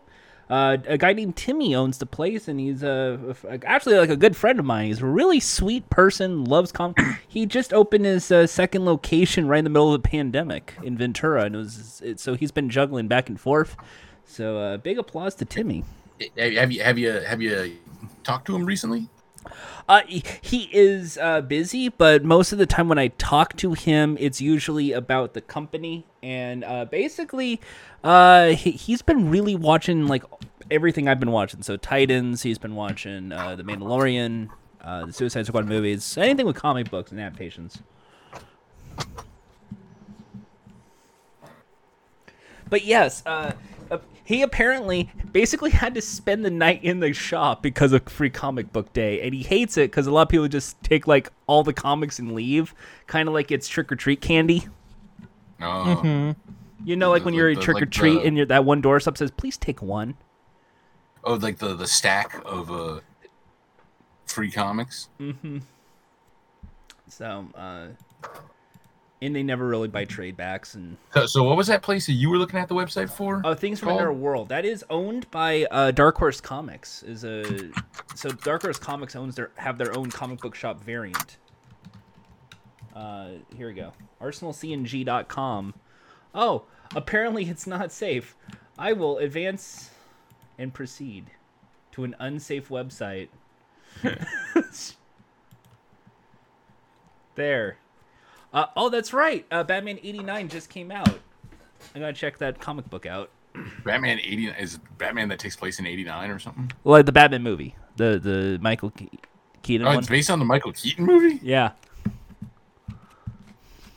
S1: Uh, a guy named Timmy owns the place, and he's uh, a, f- actually like a good friend of mine. He's a really sweet person, loves comic. he just opened his uh, second location right in the middle of the pandemic in Ventura, and it was it, so he's been juggling back and forth. So uh, big applause to Timmy.
S2: Have you Eh, have you have you, have you talked to him recently?
S1: Uh, he- he is uh, busy, but most of the time when I talk to him, it's usually about the company. And uh, basically, uh, he, he's been really watching like everything I've been watching. So Titans, he's been watching uh, The Mandalorian, uh, the Suicide Squad movies, anything with comic books and adaptations. But yes, uh, uh, he apparently basically had to spend the night in the shop because of Free Comic Book Day, and he hates it because a lot of people just take like all the comics and leave, kind of like it's trick or treat candy.
S2: No.
S1: You know, like when you're in
S2: Like the-
S1: trick or
S2: like
S1: treat
S2: the-
S1: and you're, that one door sub says, "Please take one."
S2: Oh, like the the stack of uh, free comics.
S1: So, uh, and they never really buy trade backs and
S2: So, so what was that place that you were looking at the website for?
S1: Oh, things from
S2: Called?
S1: another world. That is owned by uh, Dark Horse Comics. Is a so Dark Horse Comics owns their have their own comic book shop variant. Uh, here we go. ArsenalCNG.com. Oh, apparently it's not safe. I will advance and proceed to an unsafe website. there. Uh, oh, that's right. Uh, Batman 89 just came out. I gotta check that comic book out.
S2: Batman eighty is Batman that takes place in eighty nine or something.
S1: Like the Batman movie, the the Michael Ke- Keaton
S2: Oh,
S1: one.
S2: it's based on the Michael Keaton movie.
S1: Yeah,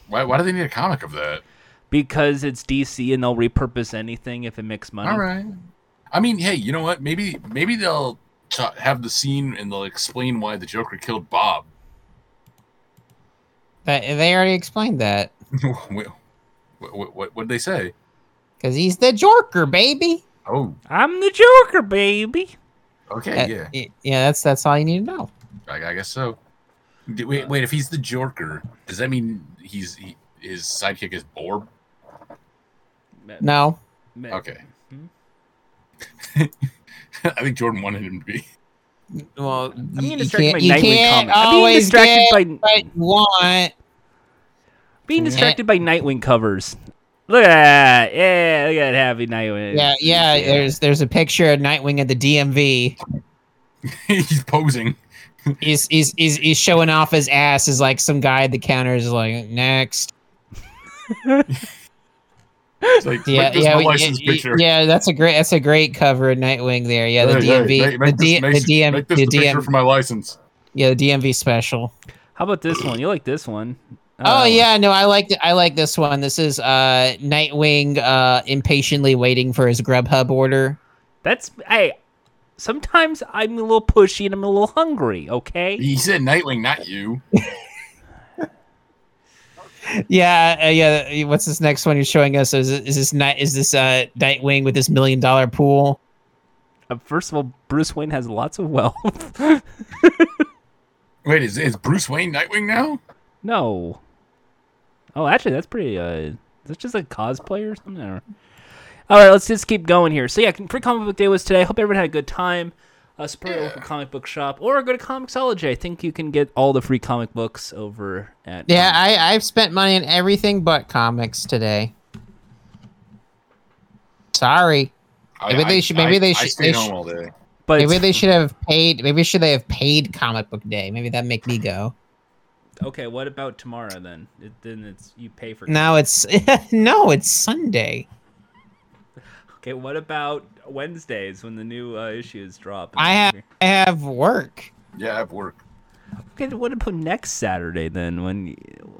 S2: Why, why do they need a comic of that?
S1: because it's DC and they'll repurpose anything if it makes money.
S2: All right. I mean, hey, you know what? Maybe maybe they'll t- have the scene and they'll explain why the Joker killed Bob.
S3: That, they already explained that
S2: what what what would they say?
S3: because he's the Jorker, baby.
S2: Oh,
S1: I'm the Joker, baby.
S2: okay,
S3: That-
S2: yeah.
S3: y- yeah. That's that's all you need to know.
S2: I, I guess so. Uh, D- Wait, wait. If he's the Joker, does that mean he's he, his sidekick is Borb?
S3: No,
S1: Ma-
S2: Okay.
S3: Mm-hmm.
S2: I think Jordan wanted him to be.
S3: well, I'm
S1: being distracted by Nightwing comics. I'm being
S3: always
S1: distracted
S3: get
S1: by-
S3: what you want.
S1: Being distracted by Nightwing covers. Look at that. Yeah, look at that happy Nightwing.
S3: Yeah, yeah, There's there's a picture of Nightwing at the DMV.
S2: he's posing.
S3: He's he's, he's he's showing off his ass. Is like some guy at the counter is like next.
S2: It's like,
S3: Yeah,
S2: yeah, this
S3: yeah,
S2: my
S3: we-
S2: license
S3: yeah,
S2: picture.
S3: yeah. That's a great that's a great cover of Nightwing there. Yeah, the
S2: Hey, hey,
S3: DMV,
S2: make- make
S3: the, D,
S2: this-
S3: the DMV,
S2: make this
S3: the
S2: picture
S3: DMV,
S2: for my license.
S3: yeah, the DMV special.
S1: How about this one? You like this one? Um,
S3: Oh yeah, no, I like th- I like this one. This is uh Nightwing uh impatiently waiting for his Grubhub order.
S1: That's hey. Sometimes I'm a little pushy and I'm a little hungry. Okay.
S2: He said Nightwing, not you.
S3: Yeah, uh, yeah. What's this next one you're showing us? Is, it- is this night? Is this uh Nightwing with this million dollar pool?
S1: Uh, first of all, Bruce Wayne has lots of wealth.
S2: Wait, is, is Bruce Wayne Nightwing now?
S1: No. Oh, actually, that's pretty. Uh, that's just a cosplay or something. I don't know. All right, let's just keep going here. So yeah, free comic book day was today. Hope everyone had a good time. Uh, support your local comic book shop or go to Comixology. I think you can get all the free comic books over at. um,
S3: Yeah, I I've spent money on everything but comics today. Sorry.
S2: I-
S3: Maybe they
S2: I-
S3: should- maybe
S2: I-
S3: they
S2: I
S3: should-
S2: stayed
S3: they
S2: home
S3: should-
S2: all day.
S1: But
S3: maybe
S1: it's-
S3: they should have paid. Maybe should they have paid Comic Book Day? Maybe that make me go.
S1: okay, what about tomorrow then? It, then it's you pay for.
S3: Now it's no, it's Sunday.
S1: Okay, what about Wednesdays when the new uh, issues drop?
S3: I have I have work.
S2: Yeah, I have work.
S1: Okay, what about next Saturday then? When you-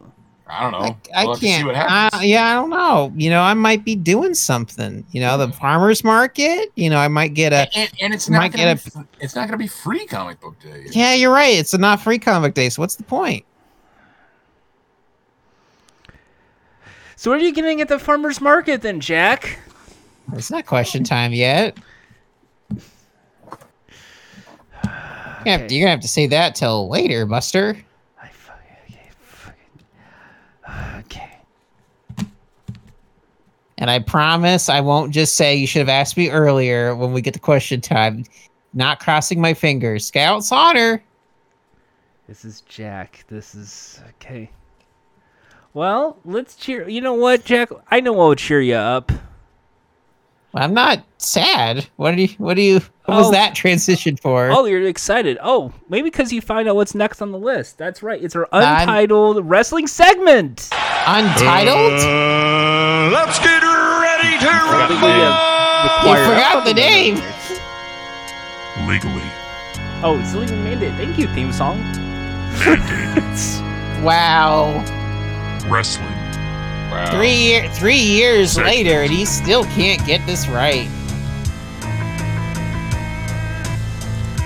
S2: I don't know.
S3: I, I
S2: We'll have to
S3: can't.
S2: see what happens.
S3: I- yeah, I don't know. You know, I might be doing something. You know,
S2: Hmm.
S3: the farmers market. You know, I might get a.
S2: and, and it's
S3: you
S2: not
S3: might
S2: gonna
S3: get
S2: be, fr- it's not gonna be free comic book day.
S3: Yeah, you're right. It's a not free comic day. So what's the point?
S1: so what are you getting at the farmers market then, Jack?
S3: It's not question time yet. You're gonna, have to, you're gonna have to say that till later, Buster.
S1: I fucking, okay, fucking- okay.
S3: And I promise I won't just say you should have asked me earlier when we get to question time. Not crossing my fingers. Scouts honor.
S1: This is Jack. This is okay. Well, let's cheer. You know what, Jack? I know what will cheer you up.
S3: Well, I'm not sad. What do you? What do you? What
S1: Oh.
S3: was that transition for?
S1: Oh, you're excited. Oh, maybe because you find out what's next on the list. That's right. It's our
S3: I'm-
S1: untitled wrestling segment.
S3: Untitled.
S5: Uh, let's get ready to rumble.
S3: They forgot the name.
S8: Legally.
S1: Oh, it's legally mandate. Thank you, theme song.
S3: Wow.
S8: Wrestling.
S2: Wow.
S3: Three year, three years
S8: Sick.
S3: later, and he still can't get this right.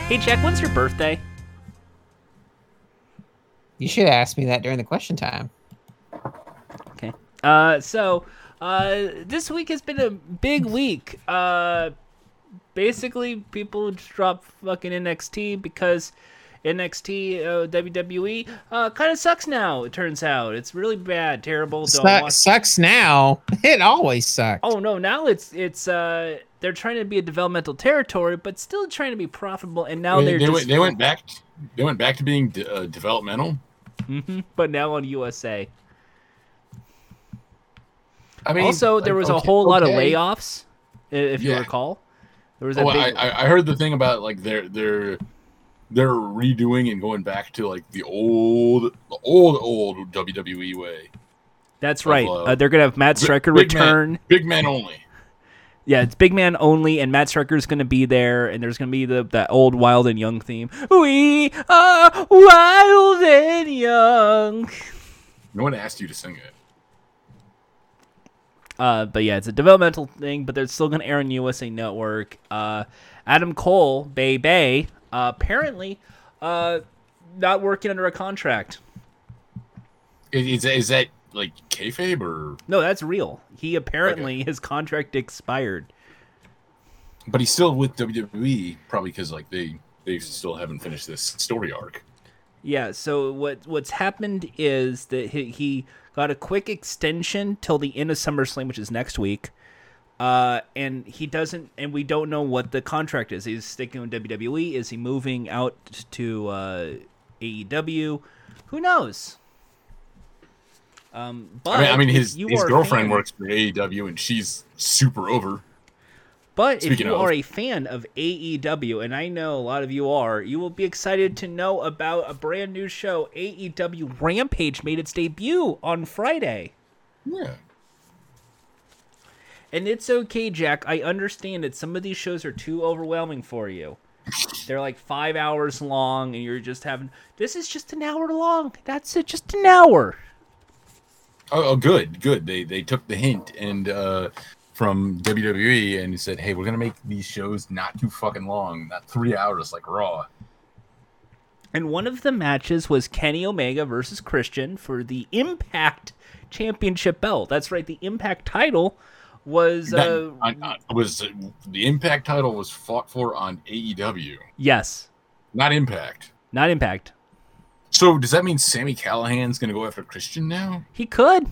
S1: Hey, Jack, when's your birthday?
S3: You should ask me that during the question time.
S1: Okay. Uh, so uh, this week has been a big week. Uh, basically, people just dropped fucking NXT because NXT uh, WWE uh, kind of sucks now. It turns out it's really bad, terrible. Don't
S3: Suck-
S1: watch.
S3: sucks now. It always sucks.
S1: Oh no! Now it's it's uh, they're trying to be a developmental territory, but still trying to be profitable. And now
S2: They,
S1: they're
S2: they
S1: just
S2: went, they went back. They went back to being de- uh, developmental.
S1: Mhm, but now on USA.
S2: I mean,
S1: also, there
S2: like,
S1: was a
S2: okay-
S1: whole lot of
S2: okay.
S1: layoffs, i- if you
S2: Yeah.
S1: recall. There was a
S2: Oh, I,
S1: big.
S2: I I heard the thing about like they're they're they're redoing and going back to like the old the old old WWE way.
S1: that's right.
S2: uh,
S1: Uh, they're gonna have Matt Striker
S2: Big man-
S1: return.
S2: big man only.
S1: Yeah, it's big man only, and Matt Striker's gonna be there, and there's gonna be the that old wild and young theme. We are wild and young.
S2: No one asked you to sing it.
S1: Uh, but yeah, it's a developmental thing, but they're still gonna air on USA Network. Uh, Adam Cole, Bay Bay, uh, apparently, uh, not working under a contract.
S2: Is, is, that- is that like kayfabe or?
S1: No, that's real. He apparently his contract expired.
S2: But he's still with WWE probably because like they they still haven't finished this story arc.
S1: Yeah. So what what's happened is that he, he got a quick extension till the end of SummerSlam, which is next week. Uh, and he doesn't, and we don't know what the contract is. He's sticking with WWE. Is he moving out to uh, AEW? Who knows? Um, but
S2: I mean, I mean
S1: if
S2: his
S1: you
S2: his
S1: are a
S2: girlfriend
S1: fan-
S2: works for AEW and she's super over.
S1: But if
S2: Speaking
S1: you
S2: of-
S1: are a fan of AEW, and I know a lot of you are, you will be excited to know about a brand new show. AEW Rampage made its debut on Friday.
S2: Yeah.
S1: And it's okay, Jack. I understand that some of these shows are too overwhelming for you. They're like five hours long, and you're just having. This is just an hour long. That's it, just an hour.
S2: Oh, oh, good, good. They they took the hint and uh, from WWE and said, "Hey, we're gonna make these shows not too fucking long, not three hours like Raw."
S1: And one of the matches was Kenny Omega versus Christian for the Impact Championship belt. That's right, the Impact title was
S2: That
S1: uh,
S2: I- I was the Impact title was fought for on AEW,
S1: yes,
S2: not Impact.
S1: not Impact.
S2: So does that mean Sammy Callahan's gonna go after Christian now?
S1: He could.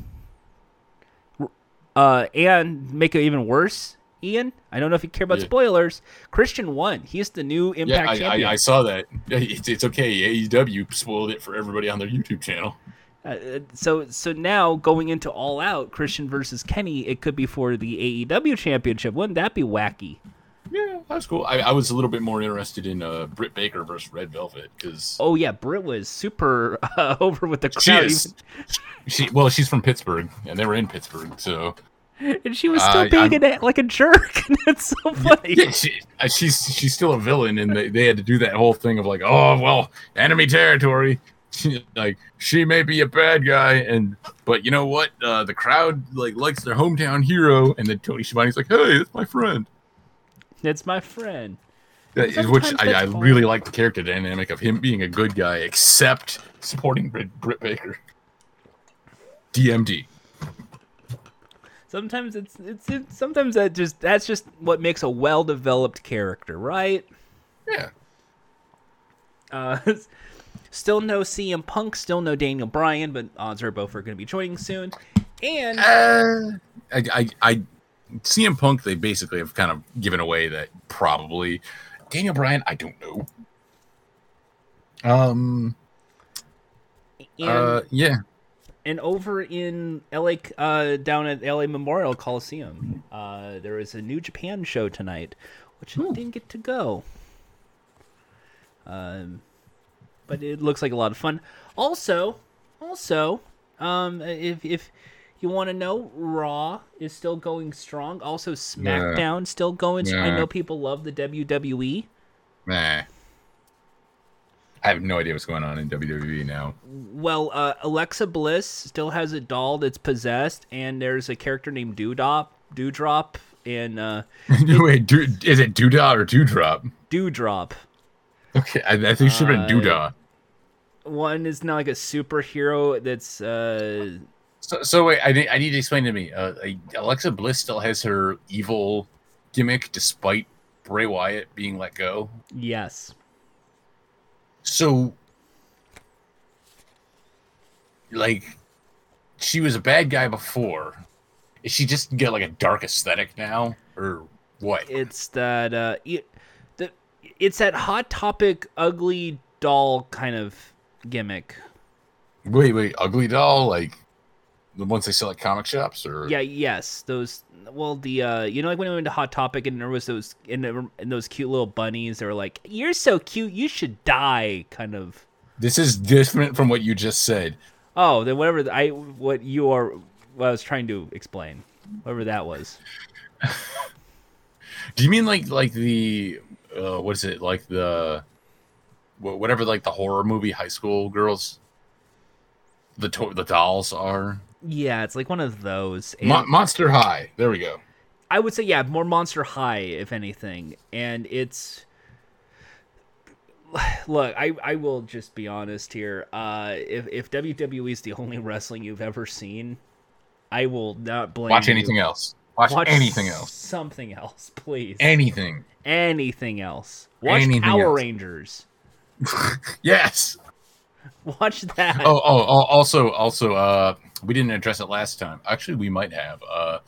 S1: Uh, and make it even worse, Ian. I don't know if you care about
S2: Yeah.
S1: spoilers. Christian won. He's the new Impact
S2: yeah, I,
S1: champion.
S2: E I, I saw that. It's, it's okay. AEW spoiled it for everybody on their YouTube channel.
S1: Uh, so so now going into All Out Christian versus Kenny, it could be for the AEW Championship. Wouldn't that be wacky?
S2: Yeah, that's cool. I, I was a little bit more interested in uh, Britt Baker versus Red Velvet because
S1: Oh yeah, Britt was super uh, over with the
S2: she
S1: crowd,
S2: is. She, well, she's from Pittsburgh, and they were in Pittsburgh, so
S1: even- and she was still
S2: I-
S1: being
S2: Uh, I'm-
S1: an, a- like a jerk. That's so funny.
S2: yeah, she, uh, she's she's still a villain, and they, they had to do that whole thing of like, oh well, enemy territory. She, like she may be a bad guy, and but you know what? Uh, the crowd like likes their hometown hero, and then Tony Schiavone's like, hey, that's my friend.
S1: That's my friend.
S2: That is- which
S1: Sometimes
S2: I, I
S1: that's fun.
S2: really like the character dynamic of him being a good guy, except supporting Britt, Britt Baker. DMD.
S1: Sometimes it's, it's it's sometimes that just that's just what makes a well developed character, right?
S2: Yeah.
S1: Uh, still no CM Punk, still no Daniel Bryan, but odds are both are going to be joining soon. And
S2: Uh, I, I, I, CM Punk, they basically have kind of given away that probably Daniel Bryan. I don't know. Um.
S1: and,
S2: uh. Yeah.
S1: and over in LA, uh, down at LA Memorial Coliseum, uh, there was a New Japan show tonight, which I didn't get to go. Um, but it looks like a lot of fun. Also, also, um, if if you want to know, Raw is still going strong. Also, SmackDown still going. str- I
S2: Yeah.
S1: know people love the E. WWE.
S2: Nah. I have no idea what's going on in WWE now.
S1: Well, uh, Alexa Bliss still has a doll that's possessed, and there's a character named Dewdrop, Dewdrop, and uh,
S2: Wait, do, is it Doodah or Dewdrop?
S1: Dewdrop.
S2: Okay, I, I think it should have been
S1: Uh,
S2: Doodah.
S1: One is not like a superhero that's uh,
S2: So, so wait, I need, I need to explain to me. Uh, I- Alexa Bliss still has her evil gimmick despite Bray Wyatt being let go.
S1: yes,
S2: So, like, she was a bad guy before. Is she just get like a dark aesthetic now, or what?
S1: it's that uh, it, the, it's that hot topic ugly doll kind of gimmick.
S2: Wait, wait, ugly doll, like the ones they sell at comic shops, or
S1: Yeah, yes, those. Well, the uh, you know, like when I went to Hot Topic and there was those and, there, were- and those cute little bunnies. They were like, "You're so cute, you should die," kind of.
S2: This is different from what you just said.
S1: Oh, then whatever th- I what you are what I was trying to explain, whatever that was.
S2: Do you mean like like the uh, what is it like the wha- whatever like the horror movie high school girls the to- the dolls are
S1: Yeah, it's like one of those. And
S2: Mon- Monster High. There we go.
S1: I would say yeah, more Monster High if anything, and it's. Look, I, I will just be honest here. Uh, if if WWE is the only wrestling you've ever seen, I will not blame.
S2: Watch
S1: you.
S2: anything else. Watch,
S1: Watch
S2: anything else.
S1: Something else, please.
S2: Anything.
S1: anything else. Watch
S2: Anything
S1: Power
S2: else.
S1: Rangers.
S2: Yes.
S1: Watch that.
S2: Oh, oh, oh also also uh we didn't address it last time. Actually, we might have uh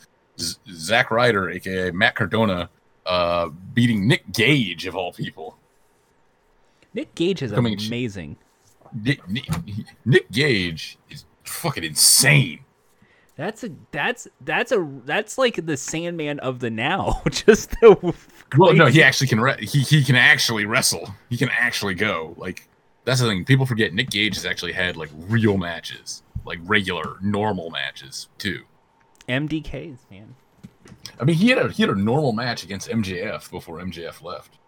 S2: Z- Zach Ryder aka Matt Cardona uh beating Nick Gage of all people.
S1: Nick Gage is
S2: Coming-
S1: amazing.
S2: Nick, Nick, Nick Gage is fucking insane.
S1: That's a that's that's a that's like the Sandman of the now. Just the
S2: Well, no, he actually can. Re- he he can actually wrestle. He can actually go. Like that's the thing. People forget Nick Gage has actually had like real matches, like regular normal matches too.
S1: MDKs, man.
S2: I mean, he had a he had a normal match against MJF before MJF left.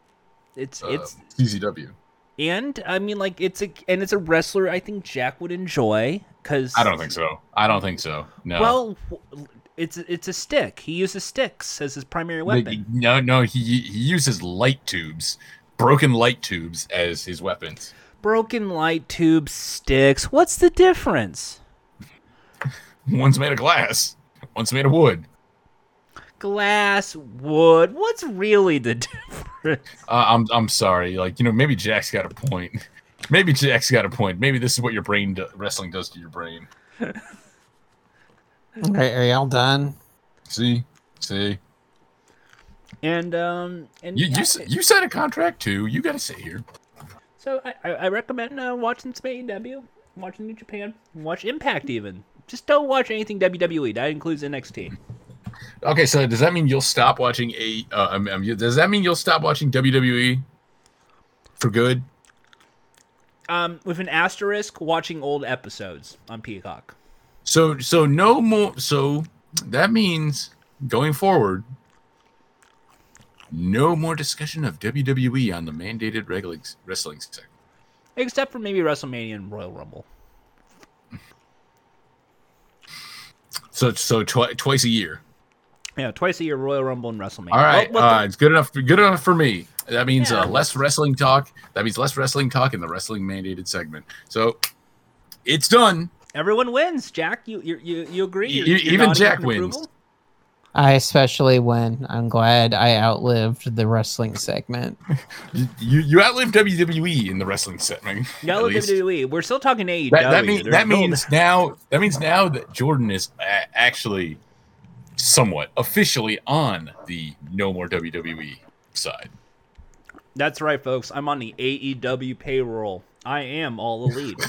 S1: It's
S2: Uh,
S1: it's
S2: CZW.
S1: and I mean like it's a and it's a wrestler I think Jack would enjoy because
S2: I don't think so. I don't think so. No.
S1: Well, w- it's it's a stick. He uses sticks as his primary
S2: They-
S1: weapon.
S2: no, no. He he uses light tubes, broken light tubes as his weapons.
S1: Broken light tubes, sticks. What's the difference?
S2: One's made of glass. One's made of wood.
S1: Glass, wood. What's really the difference?
S2: Uh, I'm I'm sorry. Like you know, maybe Jack's got a point. Maybe Jack's got a point. Maybe this is what your brain do- wrestling does to your brain.
S3: All right, are y'all done?
S2: See, see.
S1: And um and
S2: You you
S1: I-
S2: s- you signed a contract too. You got to sit here.
S1: So I, I I recommend uh, watching some AEW. watching New Japan, watch Impact even. Just don't watch anything WWE. That includes NXT.
S2: Okay, so does that mean you'll stop watching a? Uh, um, um, you- does that mean you'll stop watching WWE for good?
S1: Um, with an asterisk, watching old episodes on Peacock.
S2: So so no more. So that means going forward, no more discussion of WWE on the mandated wrestling wrestling segment.
S1: Except for maybe WrestleMania and Royal Rumble.
S2: So so twi- twice a year.
S1: Yeah, twice a year Royal Rumble and WrestleMania.
S2: All right,
S1: Well, what
S2: uh, it's good enough. Good enough for me. That means
S1: Yeah.
S2: uh, less wrestling talk. That means less wrestling talk in the wrestling mandated segment. So it's done.
S1: the- everyone wins, Jack. You you you, you agree?
S2: E-
S1: You're-
S2: e-
S1: you're
S2: even
S1: nodding
S2: Jack
S1: in
S2: wins.
S1: approval?
S3: I especially win. I'm glad I outlived the wrestling segment.
S2: You you outlive WWE in the wrestling segment. at
S1: No,
S2: least.
S1: WWE. We're still talking E AEW.
S2: That, that means
S1: There's
S2: that
S1: no-
S2: means now that means now that Jordan is a- actually somewhat officially on the no more WWE side.
S1: That's right, folks. I'm on the AEW payroll. I am all elite.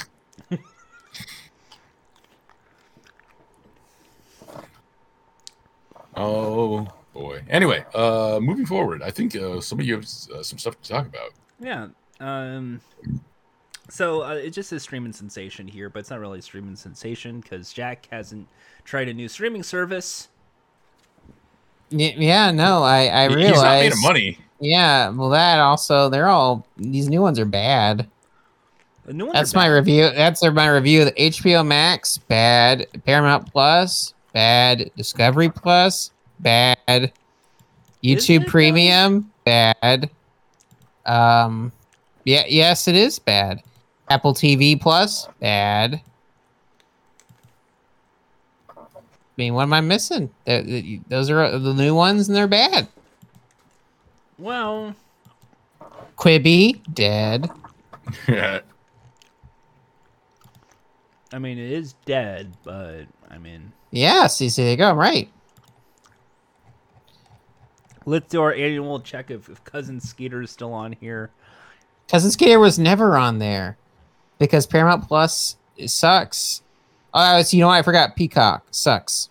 S2: Oh boy. Anyway, uh, moving forward, I think uh, some of you have uh, some stuff to talk about.
S1: yeah. Um. So uh, it's just a streaming sensation here, but it's not really a streaming sensation because Jack hasn't tried a new streaming service.
S3: Y- Yeah, no, I I
S2: He- He's not made
S3: realize.
S2: of money.
S3: Yeah, well, that also they're all these new ones are bad.
S1: The new ones are
S3: That's my
S1: bad.
S3: review. That's my review. The HBO Max bad, Paramount Plus bad, Discovery Plus bad,
S1: it
S3: YouTube
S1: though?
S3: Premium bad. Um, yeah, yes, it is bad. Apple TV Plus bad. I mean, what am I missing? Th- th- Those are the new ones, and they're bad.
S1: Well,
S3: Quibi dead.
S2: Yeah.
S1: I mean, it is dead, but I mean,
S3: Yeah, see, see, there you go. Right.
S1: let's do our annual check if, if cousin Skeeter is still on here.
S3: Cousin Skeeter was never on there because Paramount Plus it sucks. Oh, it's, you know what? I forgot. Peacock sucks.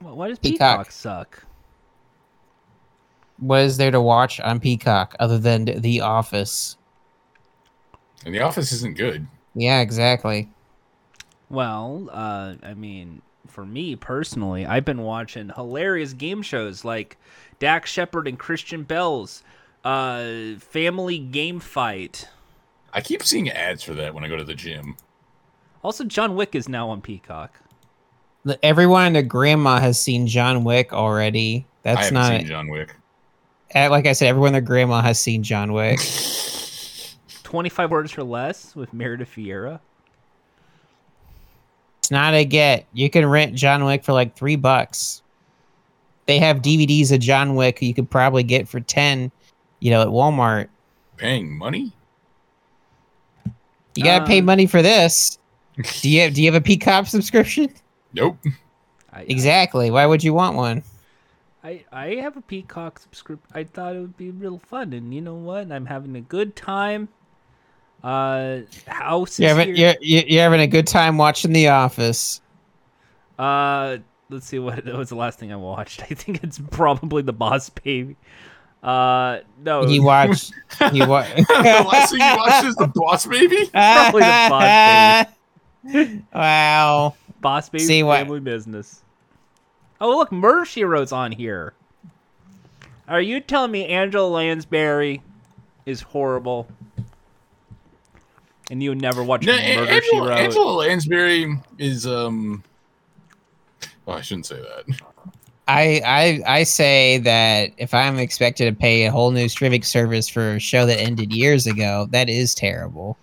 S1: Why why does
S3: Peacock.
S1: Peacock suck?
S3: What is there to watch on Peacock other than The Office?
S2: And the office isn't good.
S3: Yeah, exactly.
S1: Well, uh, I mean, for me personally, I've been watching hilarious game shows like Dak Shepard and Christian Bell's uh, Family Game Fight.
S2: I keep seeing ads for that when I go to the gym.
S1: Also, John Wick is now on Peacock.
S3: The- Everyone and their grandma has seen John Wick
S2: I
S3: already. That's
S2: haven't
S3: not
S2: seen John Wick.
S3: eh, like I said. Everyone and their grandma has seen John Wick.
S1: 25 words or less with Meredith Vieira.
S3: it's not a get. You can rent John Wick for like three bucks. They have DVDs of John Wick you could probably get for ten. You know, at Walmart.
S2: Paying money?
S3: You gotta pay
S1: Um,
S3: money for this. Do you have Do you have a Peacock subscription?
S2: Nope.
S1: I,
S3: Exactly. Why would you want one?
S1: I, I have a Peacock subscription. I thought it would be real fun, and you know what? I'm having a good time. Uh, house
S3: You're
S1: is
S3: having
S1: here.
S3: you're, you're you're having a good time watching The Office.
S1: Uh, let's see what that was the last thing I watched. I think it's probably The Boss Baby. Uh, no, it
S3: You
S1: was
S3: watch. you watch.
S2: the last thing you watched is The Boss Baby?
S1: probably the pod
S3: Wow.
S1: Boss Baby
S3: See what-
S1: Family Business. Oh look, Murder She Wrote's on here. Are you telling me Angela Lansbury is horrible? And you never watched
S2: No,
S1: Murder
S2: Angela,
S1: She Wrote?
S2: Angela Lansbury is um. Oh, I shouldn't say that.
S3: I I I say that if I'm expected to pay a whole new streaming service for a show that ended years ago, that is terrible.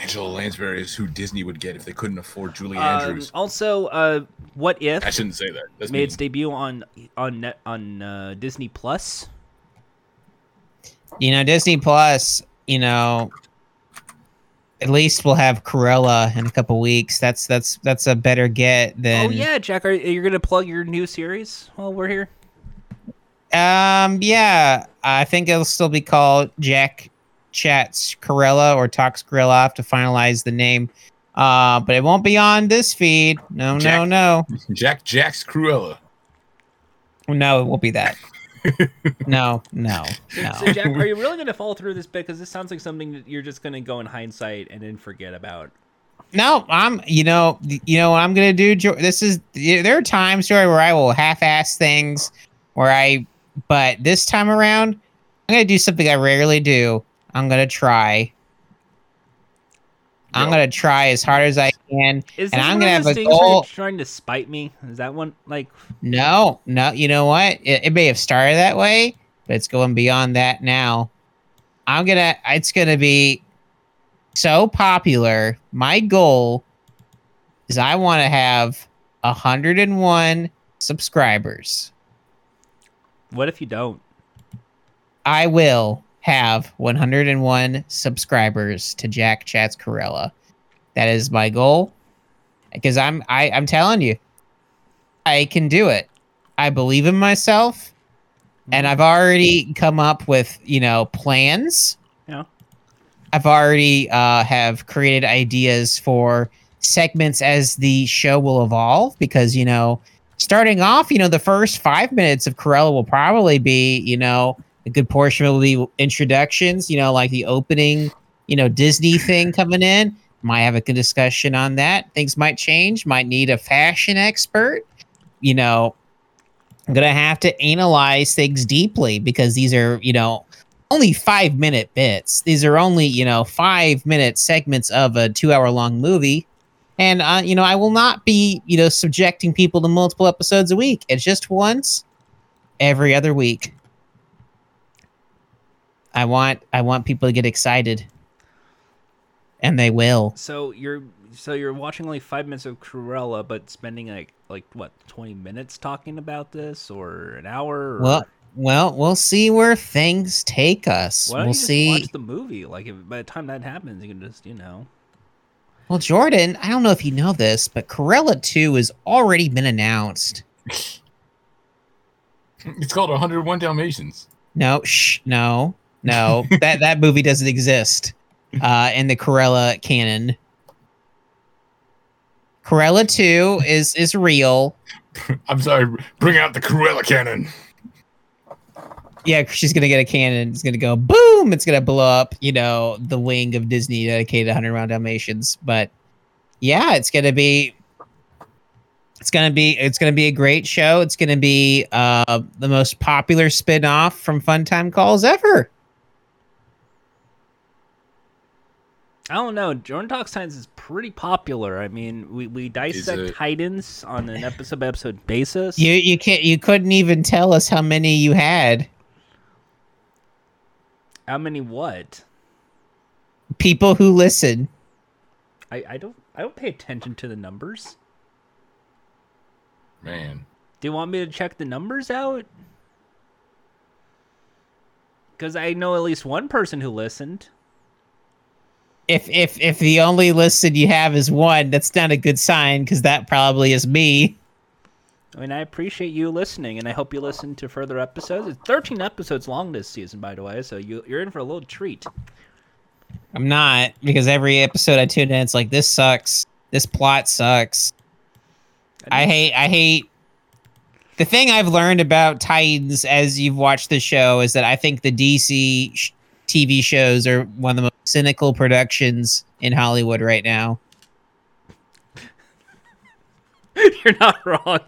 S2: Angela Lansbury is who Disney would get if they couldn't afford Julie
S1: Um,
S2: Andrews.
S1: also, uh, What If
S2: I shouldn't say that. That's
S1: made
S2: me.
S1: its debut on on net, on uh, Disney Plus.
S3: You know, Disney Plus. You know, at least we'll have Corella in a couple weeks. That's that's that's a better get than.
S1: oh yeah, Jack, are you're gonna plug your new series while we're here?
S3: Um, yeah, I think it'll still be called Jack chats Corella or talks Gorilla to finalize the name. Uh, but it won't be on this feed. No, no,
S2: Jack-
S3: no.
S2: Jack Jack's Cruella.
S3: No, it won't be that. no, no, no.
S1: So Jack, are you really going to fall through this bit? Because this sounds like something that you're just going to go in hindsight and then forget about.
S3: No, I'm. You know, you know what I'm gonna do. Jo- This is there are times Joy, where I will half-ass things, where I. But this time around, I'm gonna do something I rarely do. I'm gonna try. I'm gonna try as hard as I can.
S1: Is this
S3: And I'm
S1: one
S3: gonna
S1: of
S3: have
S1: those
S3: a
S1: things where you're
S3: goal-
S1: trying to spite me? Is that one like?
S3: No, no, you know what? It, it may have started that way, but it's going beyond that now. I'm gonna. It's gonna be so popular. My goal is I want to have 101 subscribers.
S1: What if you don't?
S3: I will have 101 subscribers to Jack Chats Corella. That is my goal. Because I'm I, I'm telling you, I can do it. I believe in myself. And I've already come up with, you know, plans.
S1: Yeah.
S3: I've already uh, have created ideas for segments as the show will evolve because, you know, starting off, you know, the first five minutes of Corella will probably be, you know, a good portion will be introductions, you know, like the opening, you know, Disney thing coming in. Might have a good discussion on that. Things might change, might need a fashion expert. You know, I'm going to have to analyze things deeply because these are, you know, only five minute bits. These are only, you know, five minute segments of a two hour long movie. And uh, you know, I will not be you know subjecting people to multiple episodes a week. It's just once every other week. I want I want people to get excited, and they will.
S1: So you're so you're watching only five minutes of Cruella, but spending like like what twenty minutes talking about this or an hour? Or,
S3: Well, well, we'll see where things take us.
S1: why don't
S3: We'll
S1: you just
S3: see.
S1: watch the movie? Like if, by the time that happens, you can just you know.
S3: Well, Jordan, I don't know if you know this, but Corella Two has already been announced.
S2: It's called 101 Dalmatians.
S3: No, shh, no, no. that that movie doesn't exist uh, in the Corella canon. Corella Two is is real.
S2: I'm sorry. Bring out the Cruella cannon.
S3: Yeah, she's gonna get a cannon. It's gonna go boom. It's gonna blow up. You know, the wing of Disney dedicated to 100 Round Dalmatians. But yeah, it's gonna be. It's gonna be it's gonna be a great show. It's gonna be uh, the most popular spin-off from Funtime Calls ever.
S1: I don't know. Jordan Talks Titans is pretty popular. I mean, we, we dissect
S2: it?
S1: Titans on an episode by episode basis.
S3: You you can't you couldn't even tell us how many you had.
S1: How many what?
S3: People who listen.
S1: I, I don't I don't pay attention to the numbers.
S2: Man.
S1: Do you want me to check the numbers out? Because I know at least one person who listened.
S3: If if if the only listen you have is one, that's not a good sign because that probably is me.
S1: I mean, I appreciate you listening, and I hope you listen to further episodes. It's 13 episodes long this season, by the way, so you, you're in for a little treat.
S3: I'm not because every episode I tune in, it's like this sucks. This plot sucks. I hate I hate. The thing I've learned about Titans as you've watched the show is that I think the DC sh- TV shows are one of the most cynical productions in Hollywood right now.
S1: You're not wrong.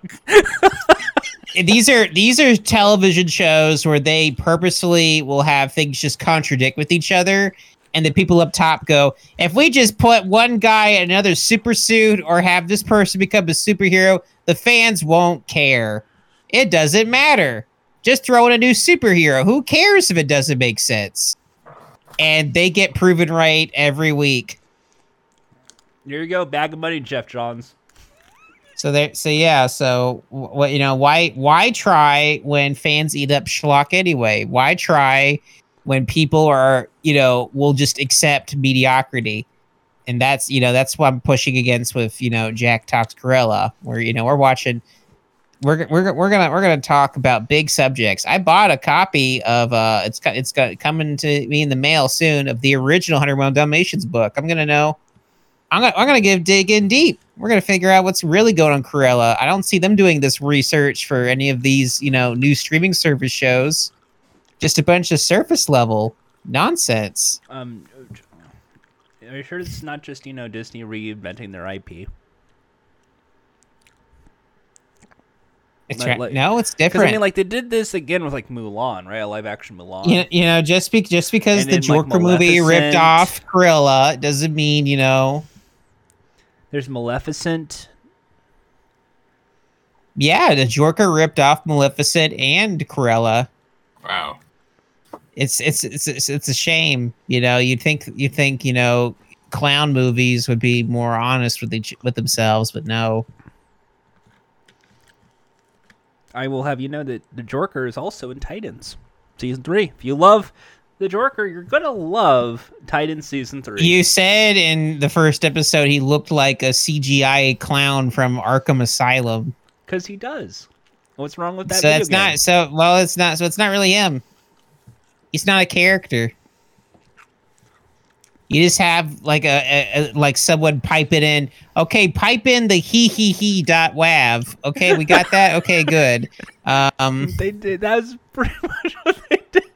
S3: these are these are television shows where they purposefully will have things just contradict with each other and the people up top go if we just put one guy in another super suit or have this person become a superhero the fans won't care it doesn't matter just throw in a new superhero who cares if it doesn't make sense and they get proven right every week
S1: Here you go, bag of money, Jeff Johns.
S3: So there, so yeah, so wh- what you know? Why why try when fans eat up schlock anyway? Why try when people are you know will just accept mediocrity? And that's you know that's what I'm pushing against with you know Jack Talks Gorilla, where you know we're watching we're we're we're gonna we're gonna talk about big subjects. I bought a copy of uh, it's got it's got coming to me in the mail soon of the original Hundred Mile Dalmatians book. I'm gonna know. I'm gonna I'm gonna give dig in deep. We're gonna figure out what's really going on Cruella. I don't see them doing this research for any of these you know new streaming service shows. Just a bunch of surface level nonsense.
S1: Um, are you sure it's not just you know Disney reinventing their IP?
S3: It's
S1: Like-
S3: right-
S1: like-
S3: no, it's
S1: Because
S3: different.
S1: I mean, like they did this again with like Mulan, right? A live action Mulan.
S3: you know, you know just be, just because
S1: And
S3: the
S1: then, like,
S3: Joker movie ripped
S1: Maleficent.
S3: off Cruella doesn't mean you know.
S1: There's Maleficent.
S3: Yeah, the Joker ripped off Maleficent and Cruella.
S2: Wow.
S3: It's it's it's it's, it's a shame. You know, you would think you would think you know clown movies would be more honest with each with themselves, but no.
S1: I will have you know that the Jorker is also in Titans season three. If you love the Jorker, you're gonna love Titans season three.
S3: You said in the first episode he looked like a CGI clown from Arkham Asylum.
S1: because he does. What's wrong with that?
S3: so
S1: video
S3: that's
S1: game?
S3: not so well it's not so it's not really him he's not a character you just have like a, a, a- like someone pipe it in okay pipe in the he he he dot wav okay we got that okay good um
S1: They did. That's pretty much what they did.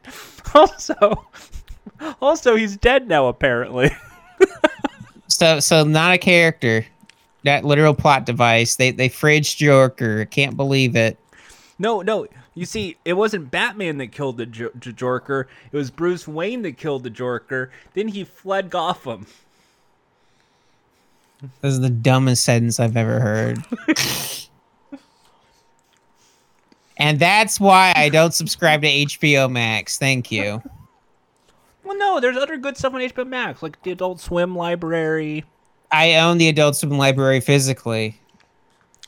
S1: Also, also he's dead now apparently.
S3: so so not a character that literal plot device they they fridge joker can't believe it
S1: No, no. You see, it wasn't Batman that killed the jo- J- Jorker. It was Bruce Wayne that killed the Jorker. Then he fled Gotham.
S3: this is the dumbest sentence i've ever heard and that's why i don't subscribe to hbo max thank you
S1: Well, no, there's other good stuff on HBO Max, like the Adult Swim library.
S3: I own the Adult Swim library physically.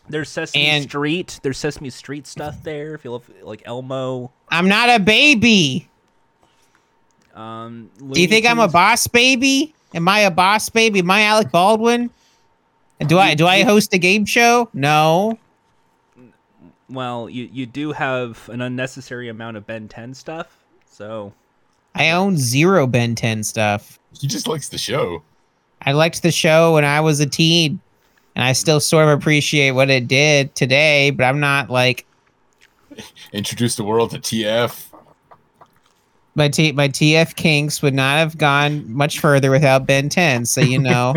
S1: There's Sesame
S3: And-
S1: Street. There's Sesame Street stuff there. If you love like Elmo.
S3: I'm not a baby.
S1: Um,
S3: Do you think I'm a
S1: Looney Tunes.
S3: boss baby? Am I a boss baby? Am I Alec Baldwin? And Do I do I host a game show? No.
S1: Well, you you do have an unnecessary amount of Ben 10 stuff. So
S3: I own zero Ben 10 stuff.
S2: He just likes the show.
S3: I liked the show when I was a teen, and I still sort of appreciate what it did today. But I'm not like
S2: Introduce the world to TF.
S3: my T my TF Kinks would not have gone much further without Ben 10. So you know.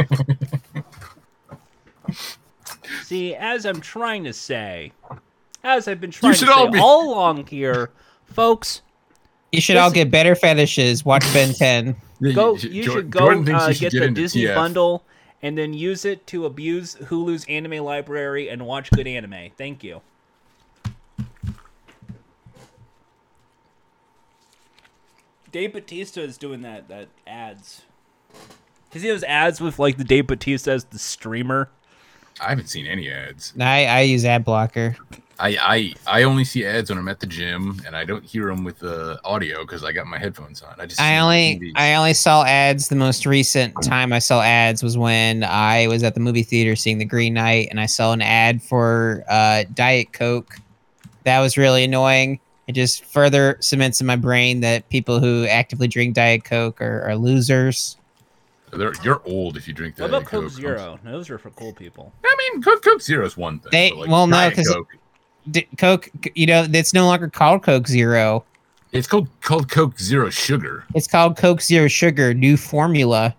S1: See, as I'm trying to say, as I've been trying to
S2: should
S1: say
S2: all
S1: all,
S2: be-
S1: along here, folks,
S3: You should all get better fetishes. Watch Ben 10.
S1: go.
S2: J-
S1: You
S2: Jor-
S1: should go
S2: Jordan thinks
S1: uh,
S2: you should
S1: get, the
S2: into
S1: Disney
S2: TF.
S1: bundle and then use it to abuse Hulu's anime library and watch good anime. Thank you. Dave Batista is doing that that ads. You see those ads with like the Dave Batista as the streamer?
S2: I haven't seen any ads.
S3: I I use ad blocker.
S2: I, I I only see ads when I'm at the gym, and I don't hear them with the audio because I got my headphones on. I just see
S3: I
S2: 'em on
S3: only
S2: TV.
S3: I only saw ads. The most recent time I saw ads was when I was at the movie theater seeing The Green Knight, and I saw an ad for uh, Diet Coke. That was really annoying. It just further cements in my brain that people who actively drink Diet Coke are, are losers.
S2: They're, you're old if you drink that.
S1: What about Coke Zero? No, those are for cool people.
S2: I mean, Coke, Coke Zero is one thing.
S3: They-
S2: but, like,
S3: well, no,
S2: Diet
S3: 'cause-
S2: Coke-
S3: D- Coke, you know, it's no longer called Coke Zero.
S2: it's called called Coke Zero Sugar.
S3: It's called Coke Zero Sugar, new formula.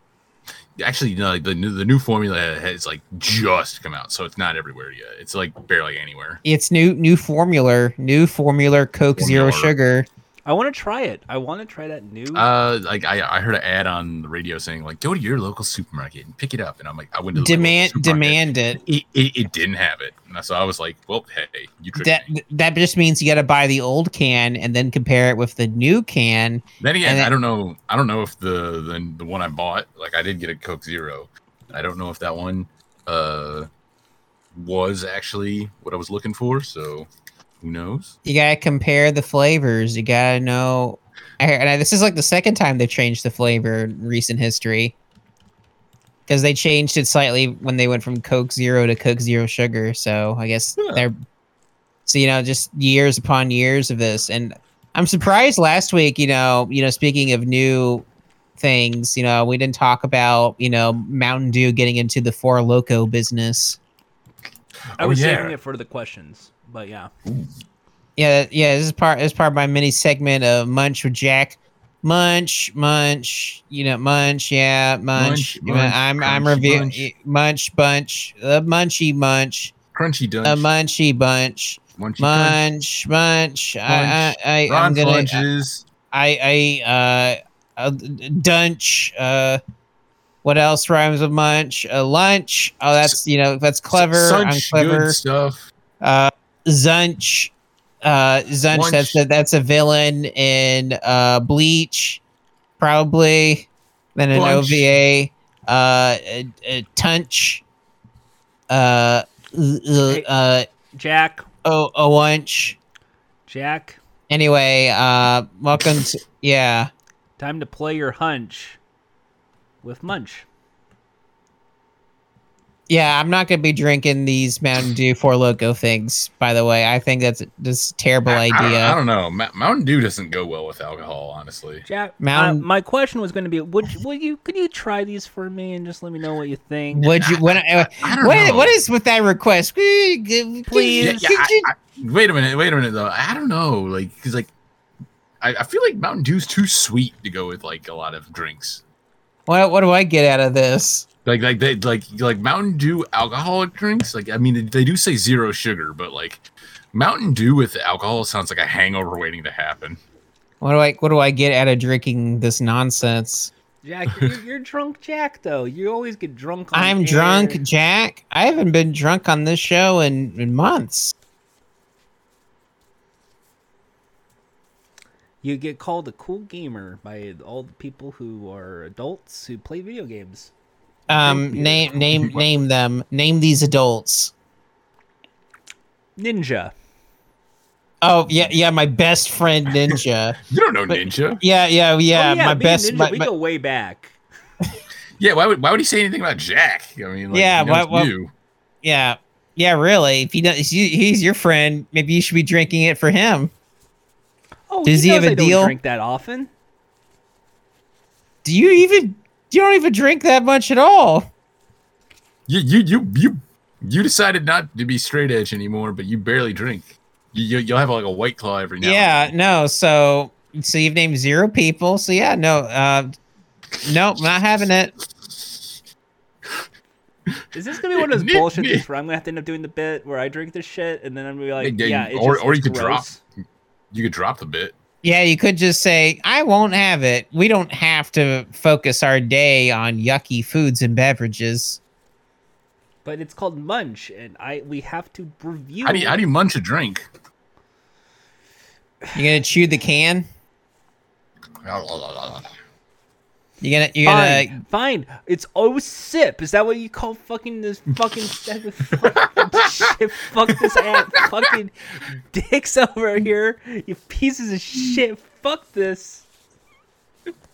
S2: Actually, no, the new the new formula has like just come out, so it's not everywhere yet. It's like barely anywhere.
S3: It's new new formula, new formula Coke Zero
S2: Formula.
S3: Sugar.
S1: I want to try it. I want to try that new.
S2: Uh, like I, I heard an ad on the radio saying like, go to your local supermarket and pick it up, and I'm like, I went to the local
S3: Demand
S2: supermarket.
S3: demand it.
S2: It, it, it didn't have it, and so I was like, well, hey, you tricked
S3: that
S2: me.
S3: that just means you got to buy the old can and then compare it with the new can.
S2: Then again,
S3: and it-
S2: I don't know. I don't know if the, the the one I bought, like I did get a Coke Zero. I don't know if that one uh was actually what I was looking for. So who knows?
S3: You got to compare the flavors. You got to know. I- And I, this is like the second time they've changed the flavor in recent history. Because they changed it slightly when they went from Coke Zero to Coke Zero Sugar. So I guess
S2: Huh.
S3: they're So you know, just years upon years of this, and I'm surprised last week. You know, you know, speaking of new things, you know, we didn't talk about you know Mountain Dew getting into the Four Loco business.
S1: I
S2: Oh,
S1: was
S2: yeah.
S1: saving it for the questions, but yeah.
S3: Yeah, yeah. This is part. This is part of my mini segment of Munch with Jack. Munch, Munch. You know, Munch. Yeah, Munch.
S2: Munch,
S3: You know,
S2: Munch,
S3: I'm I'm
S2: Crunch,
S3: reviewing
S2: Munch.
S3: Munch Bunch. The Munchy Munch.
S2: Crunchy Dunch.
S3: The Munchy Bunch.
S2: Munchy Dunch.
S3: Munch, Munch. I, I, I
S2: Ron
S3: I'm gonna. uh,
S2: Funches.
S3: I, I, uh, uh, Dunch. Uh, what else rhymes with Munch? Uh, lunch. Oh, that's you know that's clever. I'm
S2: Such
S3: clever.
S2: good stuff.
S3: Uh, Zunch. Uh, Zunch.
S2: Wunch.
S3: That's a, that's a villain in uh, Bleach, probably. Then an
S2: Bunch.
S3: OVA. Uh, a, a Tunch. Uh, z-
S1: Hey.
S3: uh,
S1: Jack,
S3: oh, a lunch.
S1: Jack,
S3: Anyway, uh, welcome to yeah.
S1: time to play your hunch with Munch.
S3: Yeah, I'm not gonna be drinking these Mountain Dew Four Loco things. By the way, I think that's just a terrible
S2: I- I don't-
S3: idea.
S2: I don't know. Ma- Mountain Dew doesn't go well with alcohol, honestly.
S1: Jack,
S3: Mountain-
S1: uh, my question was going to be, would you, would you could you try these for me and just let me know what you think?
S3: Would you? When, I,
S2: I don't
S3: what,
S2: know.
S3: what is with that request? Please,
S2: Yeah, yeah, I- I- wait a minute. Wait a minute, though. I don't know. Like, because like, I, I feel like Mountain Dew's too sweet to go with like a lot of drinks.
S3: what, what do I get out of this?
S2: Like, like they like like Mountain Dew alcoholic drinks. Like, I mean, they, they do say zero sugar, but like Mountain Dew with alcohol sounds like a hangover waiting to happen.
S3: What do I? What do I get out of drinking this nonsense?
S1: Jack, you're, you're drunk, Jack. Though you always get drunk. On
S3: I'm
S1: air.
S3: drunk, Jack. I haven't been drunk on this show in, in months.
S1: You get called a cool gamer by all the people who are adults who play video games.
S3: Um, name name name them. Name these adults.
S1: Ninja.
S3: Oh yeah, yeah. My best friend Ninja.
S2: You don't know
S3: But-
S2: Ninja.
S3: Yeah, yeah, yeah.
S1: Oh,
S3: my
S1: me and
S3: best,
S1: Ninja,
S3: my,
S1: we
S3: my-
S1: go way back.
S2: Yeah, why would why would he say anything about Jack? I mean, like,
S3: Yeah,
S2: he knows
S3: why- why-
S2: you.
S3: yeah, yeah. Really, if he does, if you- he's your friend. Maybe you should be drinking it for him.
S1: Oh,
S3: Does he
S1: knows
S3: have a
S1: I don't
S3: deal?
S1: Drink that often?
S3: Do you even? You don't even drink that much at all.
S2: You you you you you decided not to be straight edge anymore, but you barely drink. You, you you'll have like a white claw every now. and
S3: Yeah, no. So, so you've named zero people. So yeah, no, uh, nope, not having it.
S1: Is this gonna be one of those
S2: Nick-
S1: bullshit
S2: Nick-
S1: things where I'm gonna have to end up doing the bit where I drink this shit and then I'm gonna be like,
S2: Yeah,
S1: yeah,
S2: you-
S1: it's
S2: or-
S1: just-
S2: or
S1: it's
S2: you could drop.
S1: gross.
S2: You could drop the bit.
S3: Yeah, you could just say, "I won't have it." We don't have to focus our day on yucky foods and beverages.
S1: But it's called Munch, and I we have to review.
S2: How do you, how do you munch a drink?
S3: You're gonna chew the can. You're gonna, you're gonna.
S1: fine, fine. It's O sip. Is that what you call fucking this fucking, fucking shit? Fuck this ass, fucking dicks over here. You pieces of shit. Fuck this.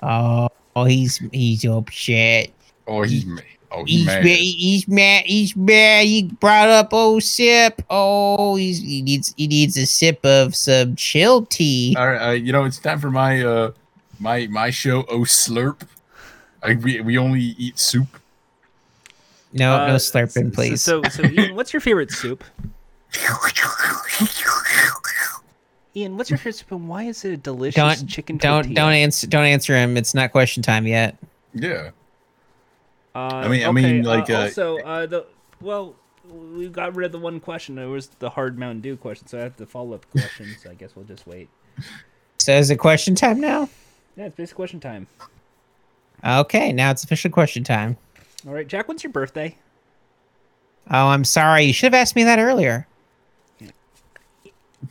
S3: Oh, oh, he's he's upset.
S2: Oh, he's ma- oh he's
S3: He's
S2: mad.
S3: mad. He's mad. He's mad. He brought up old sip. Oh, he's, he needs he needs a sip of some chill tea.
S2: All right, uh, you know it's time for my uh my my show. Oh slurp. I, we we only eat soup.
S3: no, Oh, no
S1: Uh,
S3: slurping,
S1: so-
S3: please.
S1: So, so, Ian, what's your favorite soup? Ian, what's your favorite soup, and why is it a delicious
S3: don't
S1: chicken
S3: don't
S1: tortilla?
S3: don't answer don't answer him. It's not question time yet.
S2: Yeah.
S1: Uh,
S2: I mean- I mean, like, uh,
S1: also uh, the well, we got rid of the one question. It was the hard Mountain Dew question, so I have the follow up question. so I guess we'll just wait.
S3: So is it question time now?
S1: Yeah, it's basic question time.
S3: Okay, now it's official question time.
S1: All right, Jack, when's your birthday?
S3: Oh, I'm sorry. You should have asked me that earlier.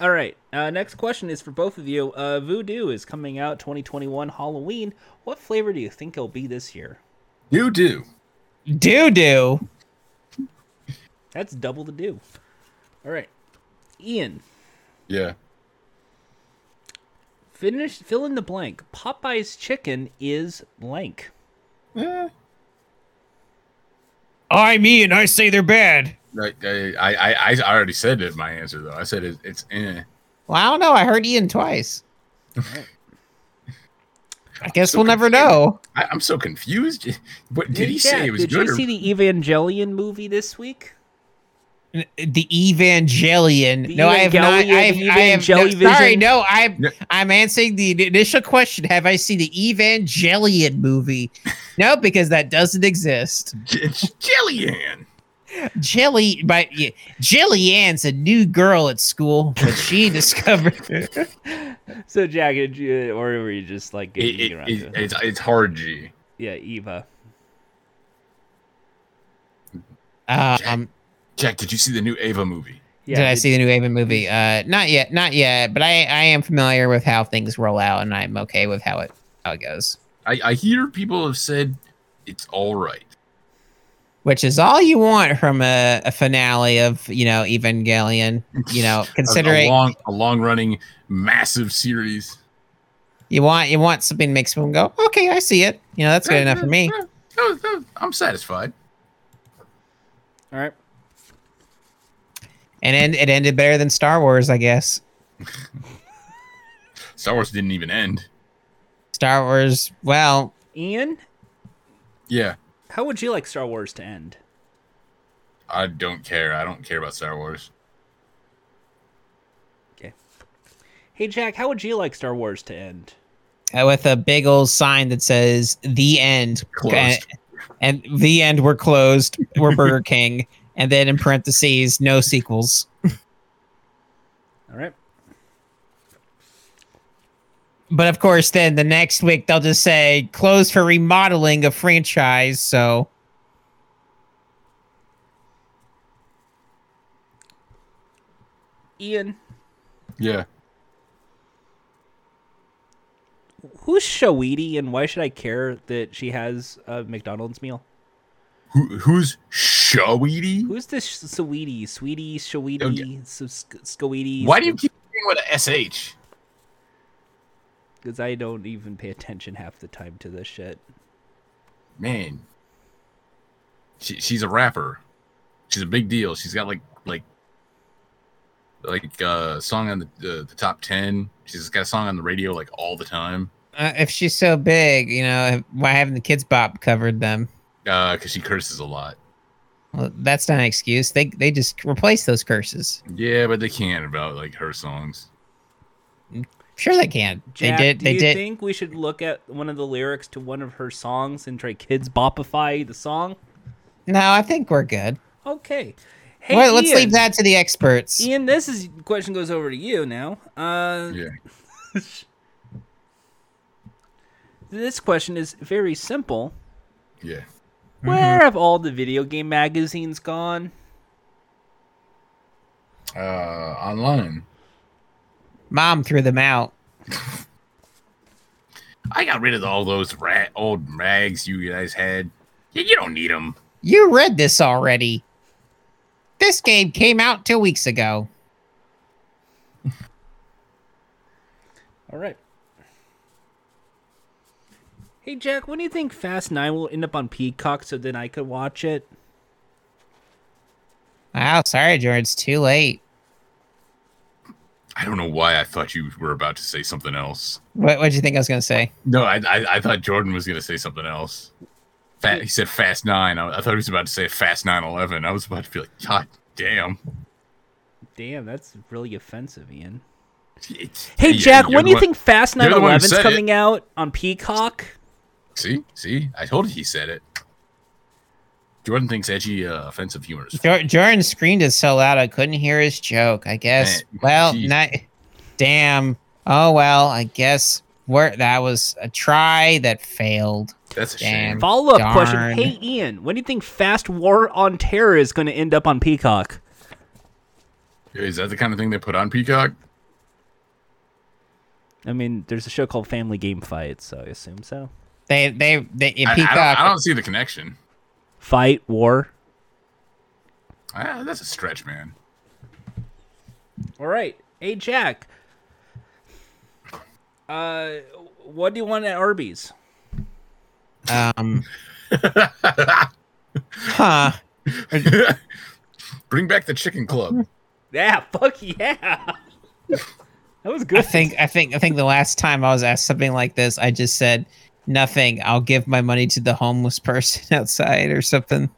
S1: All right, uh, next question is for both of you. Uh, Voodoo is coming out 2021 Halloween. What flavor do you think it'll be this year?
S2: You do.
S3: Doo doo.
S1: That's double the do. All right, Ian,
S2: Yeah.
S1: finish fill in the blank. Popeye's chicken is blank.
S4: I'm Ian. I say they're bad.
S2: Like, I, I, I, I already said it, my answer, though. I said it, it's eh.
S3: Well, I don't know. I heard Ian twice. I guess we'll never know.
S2: I, I'm so confused. What, did he
S1: Yeah,
S2: say it was
S1: Did
S2: good?
S1: you
S2: or-
S1: see the Evangelion movie this week?
S3: The Evangelion.
S1: The
S3: no, I have not. I have,
S1: Evangelion,
S3: I have, no,
S1: Evangelivision.
S3: sorry, no. I'm
S2: No.
S3: I'm answering the initial question. Have I seen the Evangelion movie? no, because that doesn't exist.
S2: It's Jillian.
S3: Jelly, but yeah, Jelly Ann's a new girl at school, but she discovered.
S1: So, Jack, did you, or were you just like
S2: It,
S1: getting
S2: it,
S1: around
S2: it,
S1: to it?
S2: it's, it's hard G.
S1: Yeah, Eva.
S3: Uh, um,
S2: Jack, did you see the new Ava movie?
S1: Yeah,
S3: did I see the new Haven movie? Uh, not yet, not yet. But I, I am familiar with how things roll out, and I'm okay with how it how it goes.
S2: I, I hear people have said it's all right.
S3: Which is all you want from a, a finale of you know Evangelion. You know,
S2: A-
S3: considering
S2: a long, a long running, massive series.
S3: you want you want something that makes someone go, okay, I see it. You know, that's good enough for me.
S2: No, no, I'm satisfied.
S1: All right.
S3: And then it ended better than Star Wars, I guess.
S2: Star Wars didn't even end.
S3: Star Wars, well,
S1: Ian,
S2: Yeah,
S1: how would you like Star Wars to end?
S2: I don't care. I don't care about Star Wars.
S1: Hey, Jack, how would you like Star Wars to end?
S3: uh, with a big old sign that says "The End"
S2: Closed.
S3: and, and "The End." We're closed. We're Burger King, and then in parentheses, no sequels.
S1: All right.
S3: But of course, then the next week they'll just say "Closed for remodeling of franchise." So
S1: Ian,
S2: Yeah,
S1: who's Shawidi and why should I care that she has a McDonald's meal?
S2: Who, who's Shawidi?
S1: Who's this Sweetie? Sweetie,
S2: Oh,
S1: Shawidi,
S2: yeah.
S1: Scoidi?
S2: Why do you keep saying what a sh?
S1: Because I don't even pay attention half the time to this shit.
S2: Man, she, she's a rapper. She's a big deal. She's got like like like uh, song on the uh, the top ten. She's got a song on the radio like all the time.
S3: uh, if she's so big, you know, why haven't the Kids Bop covered them?
S2: because Uh, she curses a lot.
S3: Well, that's not an excuse. They they just replace those curses.
S2: Yeah, but they can't about like her songs.
S3: Sure, they can.
S1: Jack,
S3: they did.
S1: do
S3: They
S1: you
S3: did.
S1: think we should look at one of the lyrics to one of her songs and try kids bopify the song?
S3: no, I think we're good.
S1: Okay. Hey,
S3: well, let's
S1: Ian.
S3: leave that to the experts.
S1: Ian, this is question goes over to you now. Uh,
S2: Yeah.
S1: This question is very simple.
S2: Yeah. Mm-hmm.
S1: Where have all the video game magazines gone?
S2: Uh, online.
S3: Mom threw them out.
S2: I got rid of all those rat old rags you guys had. You, you don't need them.
S3: You read this already. This game came out two weeks ago.
S1: All right. Hey Jack, when do you think Fast Nine will end up on Peacock so then I could watch it?
S3: Wow, sorry, George. It's too late.
S2: I don't know why I thought you were about to say something else.
S3: What did you think I was going to say?
S2: No, I I, I thought Jordan was gonna say something else. Fat, he said fast nine. I, I thought he was about to say fast nine eleven. I was about to be like, God damn.
S1: Damn, that's really offensive, Ian.
S2: It's-
S1: Hey
S2: yeah,
S1: Jack,
S2: you're
S1: when
S2: the
S1: do you
S2: one-
S1: think Fast
S2: you're
S1: Nine
S2: the one who
S1: Eleven's
S2: said it.
S1: coming out on Peacock?
S2: See, see, I told you he said it. Jordan thinks edgy, uh, offensive humor is
S3: Jor- Jordan screamed it so loud I couldn't hear his joke. I guess.
S2: Man,
S3: well,
S2: geez.
S3: not. Damn. Oh well. I guess where that was a try that failed.
S2: That's a
S3: Damn.
S2: shame.
S1: Follow up question.
S3: Darn.
S1: Hey Ian, when do you think Fast War on Terror is going to end up on Peacock?
S2: Is that the kind of thing they put on Peacock?
S1: I mean, there's a show called Family Game Fight, so I assume so.
S3: They they they
S2: I, I don't,
S3: Peacock.
S2: I don't see the connection.
S1: Fight War.
S2: Ah, that's a stretch, man.
S1: All right. Hey Jack. Uh, what do you want at Arby's?
S3: Um. huh.
S2: Bring back the chicken club.
S1: Yeah, fuck yeah. that was good.
S3: I think I think I think the last time I was asked something like this, I just said nothing. I'll give my money to the homeless person outside or something.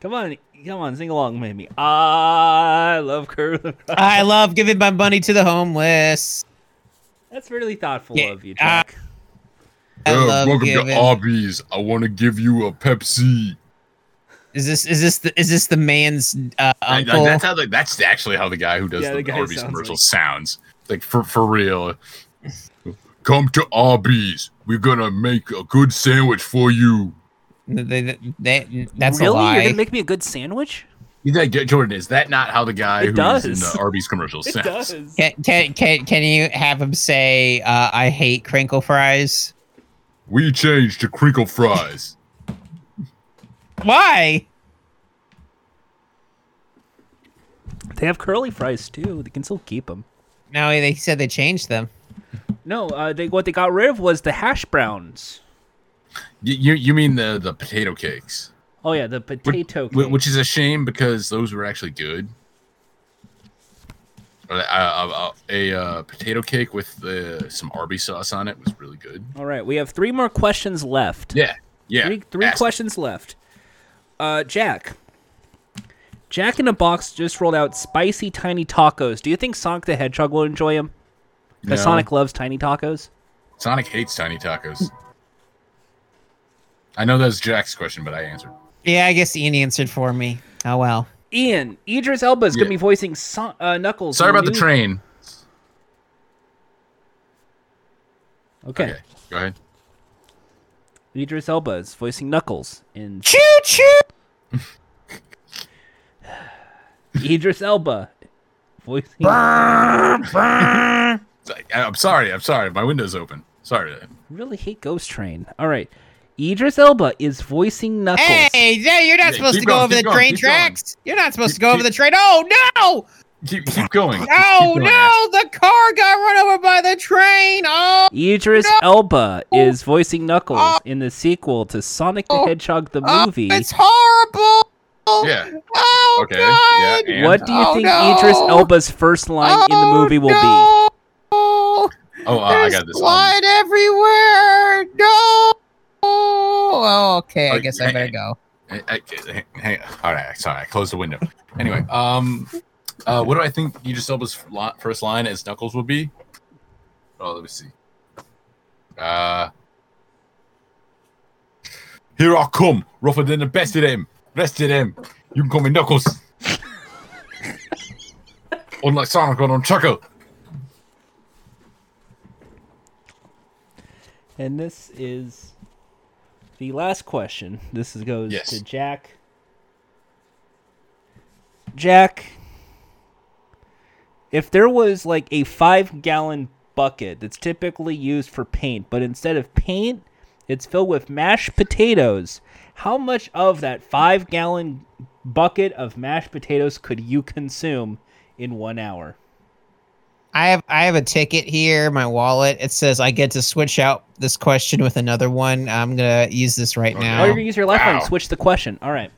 S1: Come on, come on, sing along, Mamie. I love Curly.
S3: I love giving my money to the homeless.
S1: That's really thoughtful
S3: Yeah, uh,
S1: of you, Jack.
S3: I
S2: Yeah,
S3: love
S2: welcome
S3: giving.
S2: to Arby's. I want to give you a Pepsi.
S3: is this is this the is this the man's uh,
S2: And- and
S3: uncle?
S2: that's how the, that's actually how the guy who does
S1: Yeah,
S2: the,
S1: the guy
S2: Arby's
S1: sounds
S2: commercial
S1: like-
S2: sounds like for for real. Come to Arby's. We're gonna make a good sandwich for you.
S3: They- they- they- that's
S1: really?
S3: a lie.
S1: You're gonna make me a good sandwich?
S2: Is that Jordan? Is that not how the guy
S1: It
S2: who's in
S1: does.
S2: the Arby's commercial
S1: It
S2: sounds?
S1: does.
S3: Can, can, can, can you have him say, uh, I hate crinkle fries?
S2: We changed to crinkle fries.
S3: Why?
S1: They have curly fries too. They can still keep them.
S3: No, they said they changed them.
S1: No, uh, they what they got rid of was the hash browns.
S2: you, you you mean the the potato cakes?
S1: Oh yeah, the potato.
S2: Wh-
S1: cake.
S2: Which is a shame because those were actually good. A, a, a, a, uh, potato cake with uh, some Arby sauce on it was really good.
S1: All right, we have three more questions left.
S2: Yeah, yeah.
S1: Three, three
S2: ask-
S1: questions left. Uh, Jack. Jack in a Box just rolled out spicy tiny tacos. Do you think Sonic the Hedgehog will enjoy them? Because
S2: No.
S1: Sonic loves tiny tacos.
S2: Sonic hates tiny tacos. I know that's Jack's question, but I answered.
S3: Yeah, I guess Ian answered for me. Oh, well.
S1: Ian, Idris Elba is going
S2: Yeah.
S1: to be voicing Son- uh, Knuckles.
S2: Sorry
S1: in
S2: about the
S1: new-
S2: train.
S1: Okay.
S2: Okay, go ahead.
S1: Idris Elba is voicing Knuckles in.
S3: Choo choo!
S1: Idris Elba voicing.
S2: I, I'm sorry. I'm sorry. My window's open. Sorry.
S1: really hate Ghost Train. All right. Idris Elba is voicing Knuckles.
S3: Hey, yeah, you're not
S2: Yeah,
S3: supposed
S2: keep
S3: to go
S2: going,
S3: over the
S2: keep going,
S3: train
S2: keep going.
S3: tracks. You're not supposed to
S2: Keep-
S3: go over
S2: keep-
S3: the train. Oh, no!
S2: Keep, keep going. Keep- keep
S3: Oh,
S2: going, Ash.
S3: no! The car got run over by the train! Oh!
S1: Idris
S3: No!
S1: Elba is voicing Knuckles
S3: Oh.
S1: in the sequel to Sonic the
S3: Oh.
S1: Hedgehog the
S3: oh,
S1: movie.
S3: It's horrible!
S2: Yeah.
S3: Oh,
S2: Okay,
S3: God!
S2: yeah, and-
S1: What do you
S3: Oh,
S1: think
S3: no.
S1: Idris Elba's first line in the movie will be?
S3: oh, no.
S2: Oh, uh, I got this.
S3: Blood everywhere. No. Oh, okay. I
S2: Oh,
S3: guess
S2: yeah.
S3: I better go.
S2: I, I, hang on. All right, sorry, I closed the window. Anyway, um, uh, what do I think Idris Elba's li- first line as Knuckles will be? Oh, let me see. Uh, here I come, rougher than the best of them. Rest of them, you can call me Knuckles. Unlike Sonic, I'm Chuckle.
S1: And this is the last question. This is, goes
S2: Yes.
S1: to Jack. Jack, if there was like a five gallon bucket that's typically used for paint, but instead of paint, it's filled with mashed potatoes, how much of that five gallon bucket of mashed potatoes could you consume in one hour?
S3: I have I have a ticket here, my wallet. It says I get to switch out this question with another one. I'm gonna use this right
S1: Oh, you're
S3: now.
S1: gonna use your left one.
S2: Wow.
S1: Switch the question. All right.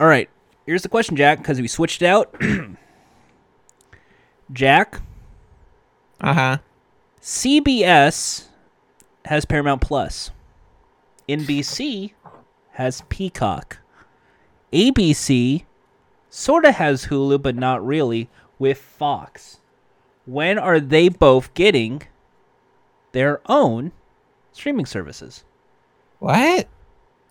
S1: All right. Here's the question, Jack, because we switched it out. Jack,
S3: Uh huh.
S1: CBS has Paramount Plus. NBC has Peacock. ABC sorta has Hulu, but not really, with Fox. When are they both getting their own streaming services?
S3: What?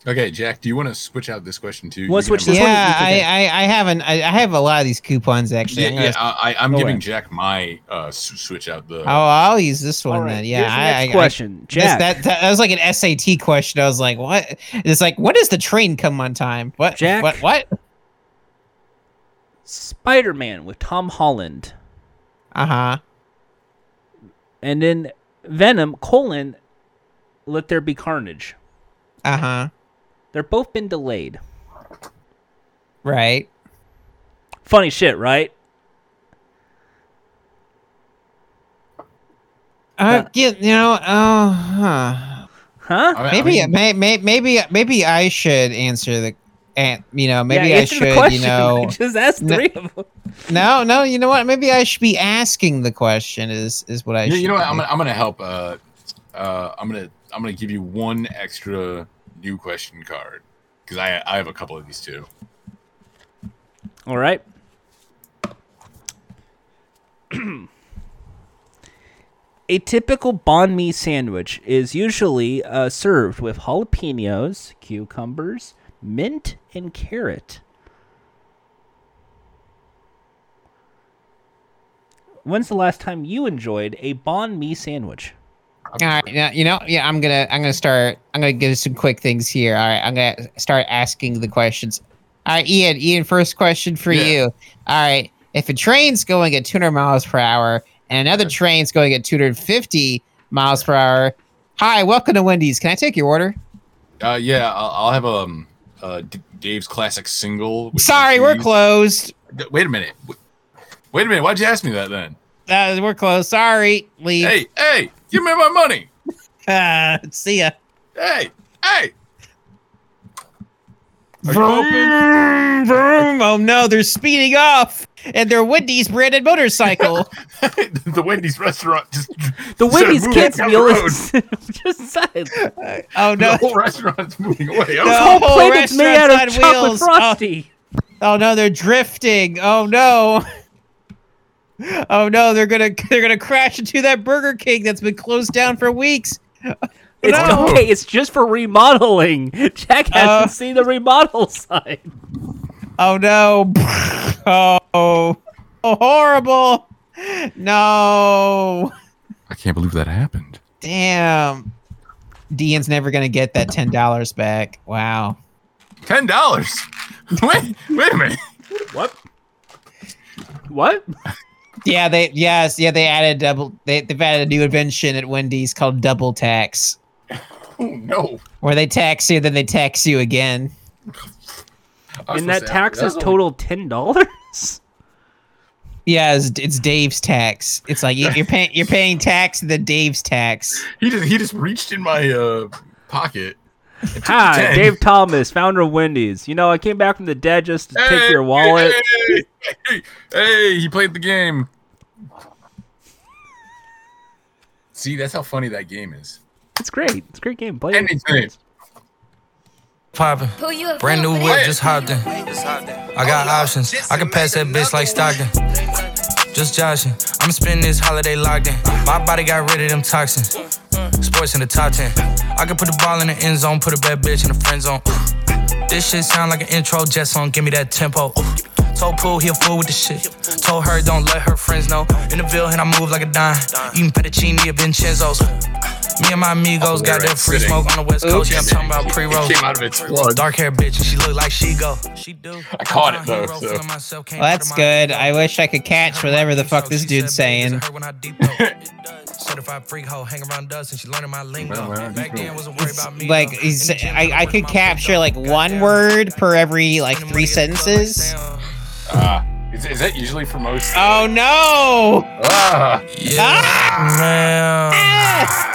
S2: Okay, Jack, do you want to switch out this question too?
S1: Wanna
S2: You
S1: switch
S2: can
S1: this
S2: have-
S1: one
S3: yeah,
S1: you
S3: I,
S1: can
S3: I I haven't. I, I have a lot of these coupons actually. I'm
S2: Yeah,
S3: gonna-
S2: yeah. I, I- I'm
S1: Go
S2: giving
S1: ahead.
S2: Jack my uh, s- switch out the.
S3: Oh, I'll use this one
S1: All right,
S3: then.
S1: here's
S3: Yeah.
S1: the
S3: I,
S1: next
S3: I- I-
S1: question,
S3: this-
S1: Jack.
S3: that, that that was like an SAT question. I was like, what? It's like, what does the train come on time? What?
S1: Jack?
S3: What? What?
S1: Spider-Man with Tom Holland,
S3: Uh huh.
S1: and then Venom colon Let There Be Carnage.
S3: Uh huh.
S1: They're both been delayed.
S3: Right.
S1: Funny shit, right?
S3: Uh, yeah, you know, oh, uh, huh.
S1: Huh?
S2: I- I
S3: Maybe,
S2: mean,
S3: may, may, maybe, maybe I should answer the, and you know, maybe
S1: yeah,
S3: I
S1: answer the
S3: should, you
S1: question.
S3: know,
S1: just ask
S3: No.
S1: three of them.
S3: no, no, you know what? Maybe I should be asking the question. Is is what I?
S2: you,
S3: should
S2: you know what? I'm
S3: do.
S2: gonna, I'm gonna help. Uh, uh, I'm gonna I'm gonna give you one extra new question card because I I have a couple of these too.
S1: All right. a typical banh mi sandwich is usually uh, served with jalapenos, cucumbers, mint, and carrot. When's the last time you enjoyed a banh mi sandwich?
S3: All right, now, you know, yeah, I'm gonna, I'm gonna start, I'm gonna give some quick things here. All right, I'm gonna start asking the questions. All right, Ian, Ian, first question for
S2: Yeah.
S3: you. All right, if a train's going at 200 miles per hour and another train's going at 250 miles per hour, hi, welcome to Wendy's. Can I take your order?
S2: Uh, yeah, I'll, I'll have um uh D- Dave's classic single. with
S3: Sorry,
S2: cheese.
S3: we're closed.
S2: D- Wait a minute. W- Wait a minute. Why'd you ask me that then?
S3: Uh, we're closed. Sorry, leave.
S2: Hey, hey, give me my money.
S3: Uh, see ya.
S2: Hey, hey. Are you open?
S3: Vroom, vroom. Oh no, they're speeding off, and they're Wendy's branded motorcycle.
S2: the Wendy's restaurant just
S1: The Wendy's
S2: moving
S1: kids
S2: down the
S1: meal
S2: road.
S1: is just silent.
S2: The
S3: Oh no.
S2: whole restaurant's moving away.
S3: No.
S2: Oh,
S1: whole
S3: whole
S1: planet's made out
S3: restaurant's on
S1: of chocolate
S3: wheels.
S1: frosty.
S3: Oh no, they're drifting. Oh no. Oh no, they're gonna they're gonna crash into that Burger King that's been closed down for weeks.
S1: It's
S2: No.
S1: okay. It's just for remodeling. Jack hasn't
S3: Uh.
S1: seen the remodel side.
S3: Oh no. Oh, oh horrible. No.
S2: I can't believe that happened.
S3: Damn. Dean's never gonna get that ten dollars back. Wow.
S2: Ten dollars. Wait, wait a minute.
S1: What? What?
S3: Yeah, they yes, yeah, they added double they they've added a new invention at Wendy's called double tax.
S2: Oh no.
S3: Where they tax you, then they tax you again.
S2: I was
S1: and that
S2: supposed to-
S1: tax is
S2: that's only-
S1: total ten dollars.
S3: Yeah, it's, it's Dave's tax. It's like you- you're paying you're paying tax and then Dave's tax.
S2: He just he just reached in my uh pocket.
S1: Hi,
S2: Ten.
S1: Dave Thomas, founder of Wendy's. You know, I came back from the dead just to take your wallet.
S2: Hey, hey, hey, he played the game. See, that's how funny that game is.
S1: It's great. It's a great game. Play
S2: And
S1: it.
S2: it's great.
S9: poppin'. Brand new whip, just hopped in. I got options. I can pass that bitch like Stockton. Just joshin'. I'm spending this holiday locked in. My body got rid of them toxins. Sports in the top 10. I can put the ball in the end zone, put a bad bitch in the friend zone. This shit sound like an intro jet song, give me that tempo. Told Pool he a fool with the shit. Told her don't let her friends know. In the Ville and I move like a dime. Eating fettuccine at Vincenzo's. Me and my amigos got that free
S2: Sitting.
S9: smoke on the West Coast. Yeah, I'm talking about
S2: It
S9: pre-roll.
S2: came out of its plug.
S9: Dark hair bitch, and she look like she go. She do. I
S2: caught it, though, so.
S3: Well, that's good. I wish I could catch whatever the fuck this dude's saying.
S9: Certified freak hoe, hang around us, and she learning my lingo.
S2: Well,
S9: Back then wasn't worried about me.
S3: Like
S9: though.
S3: he's,
S9: In the gym,
S3: I, I
S9: gotta
S3: could
S9: work my
S3: capture
S9: freak,
S3: like
S9: though.
S3: one
S9: Goddamn.
S3: word per every like
S9: In the
S3: three
S9: morning, it's like,
S3: sentences.
S9: damn.
S2: Ah, is, is that usually for most?
S3: Oh no!
S2: Ah,
S3: Ah!
S9: Yeah.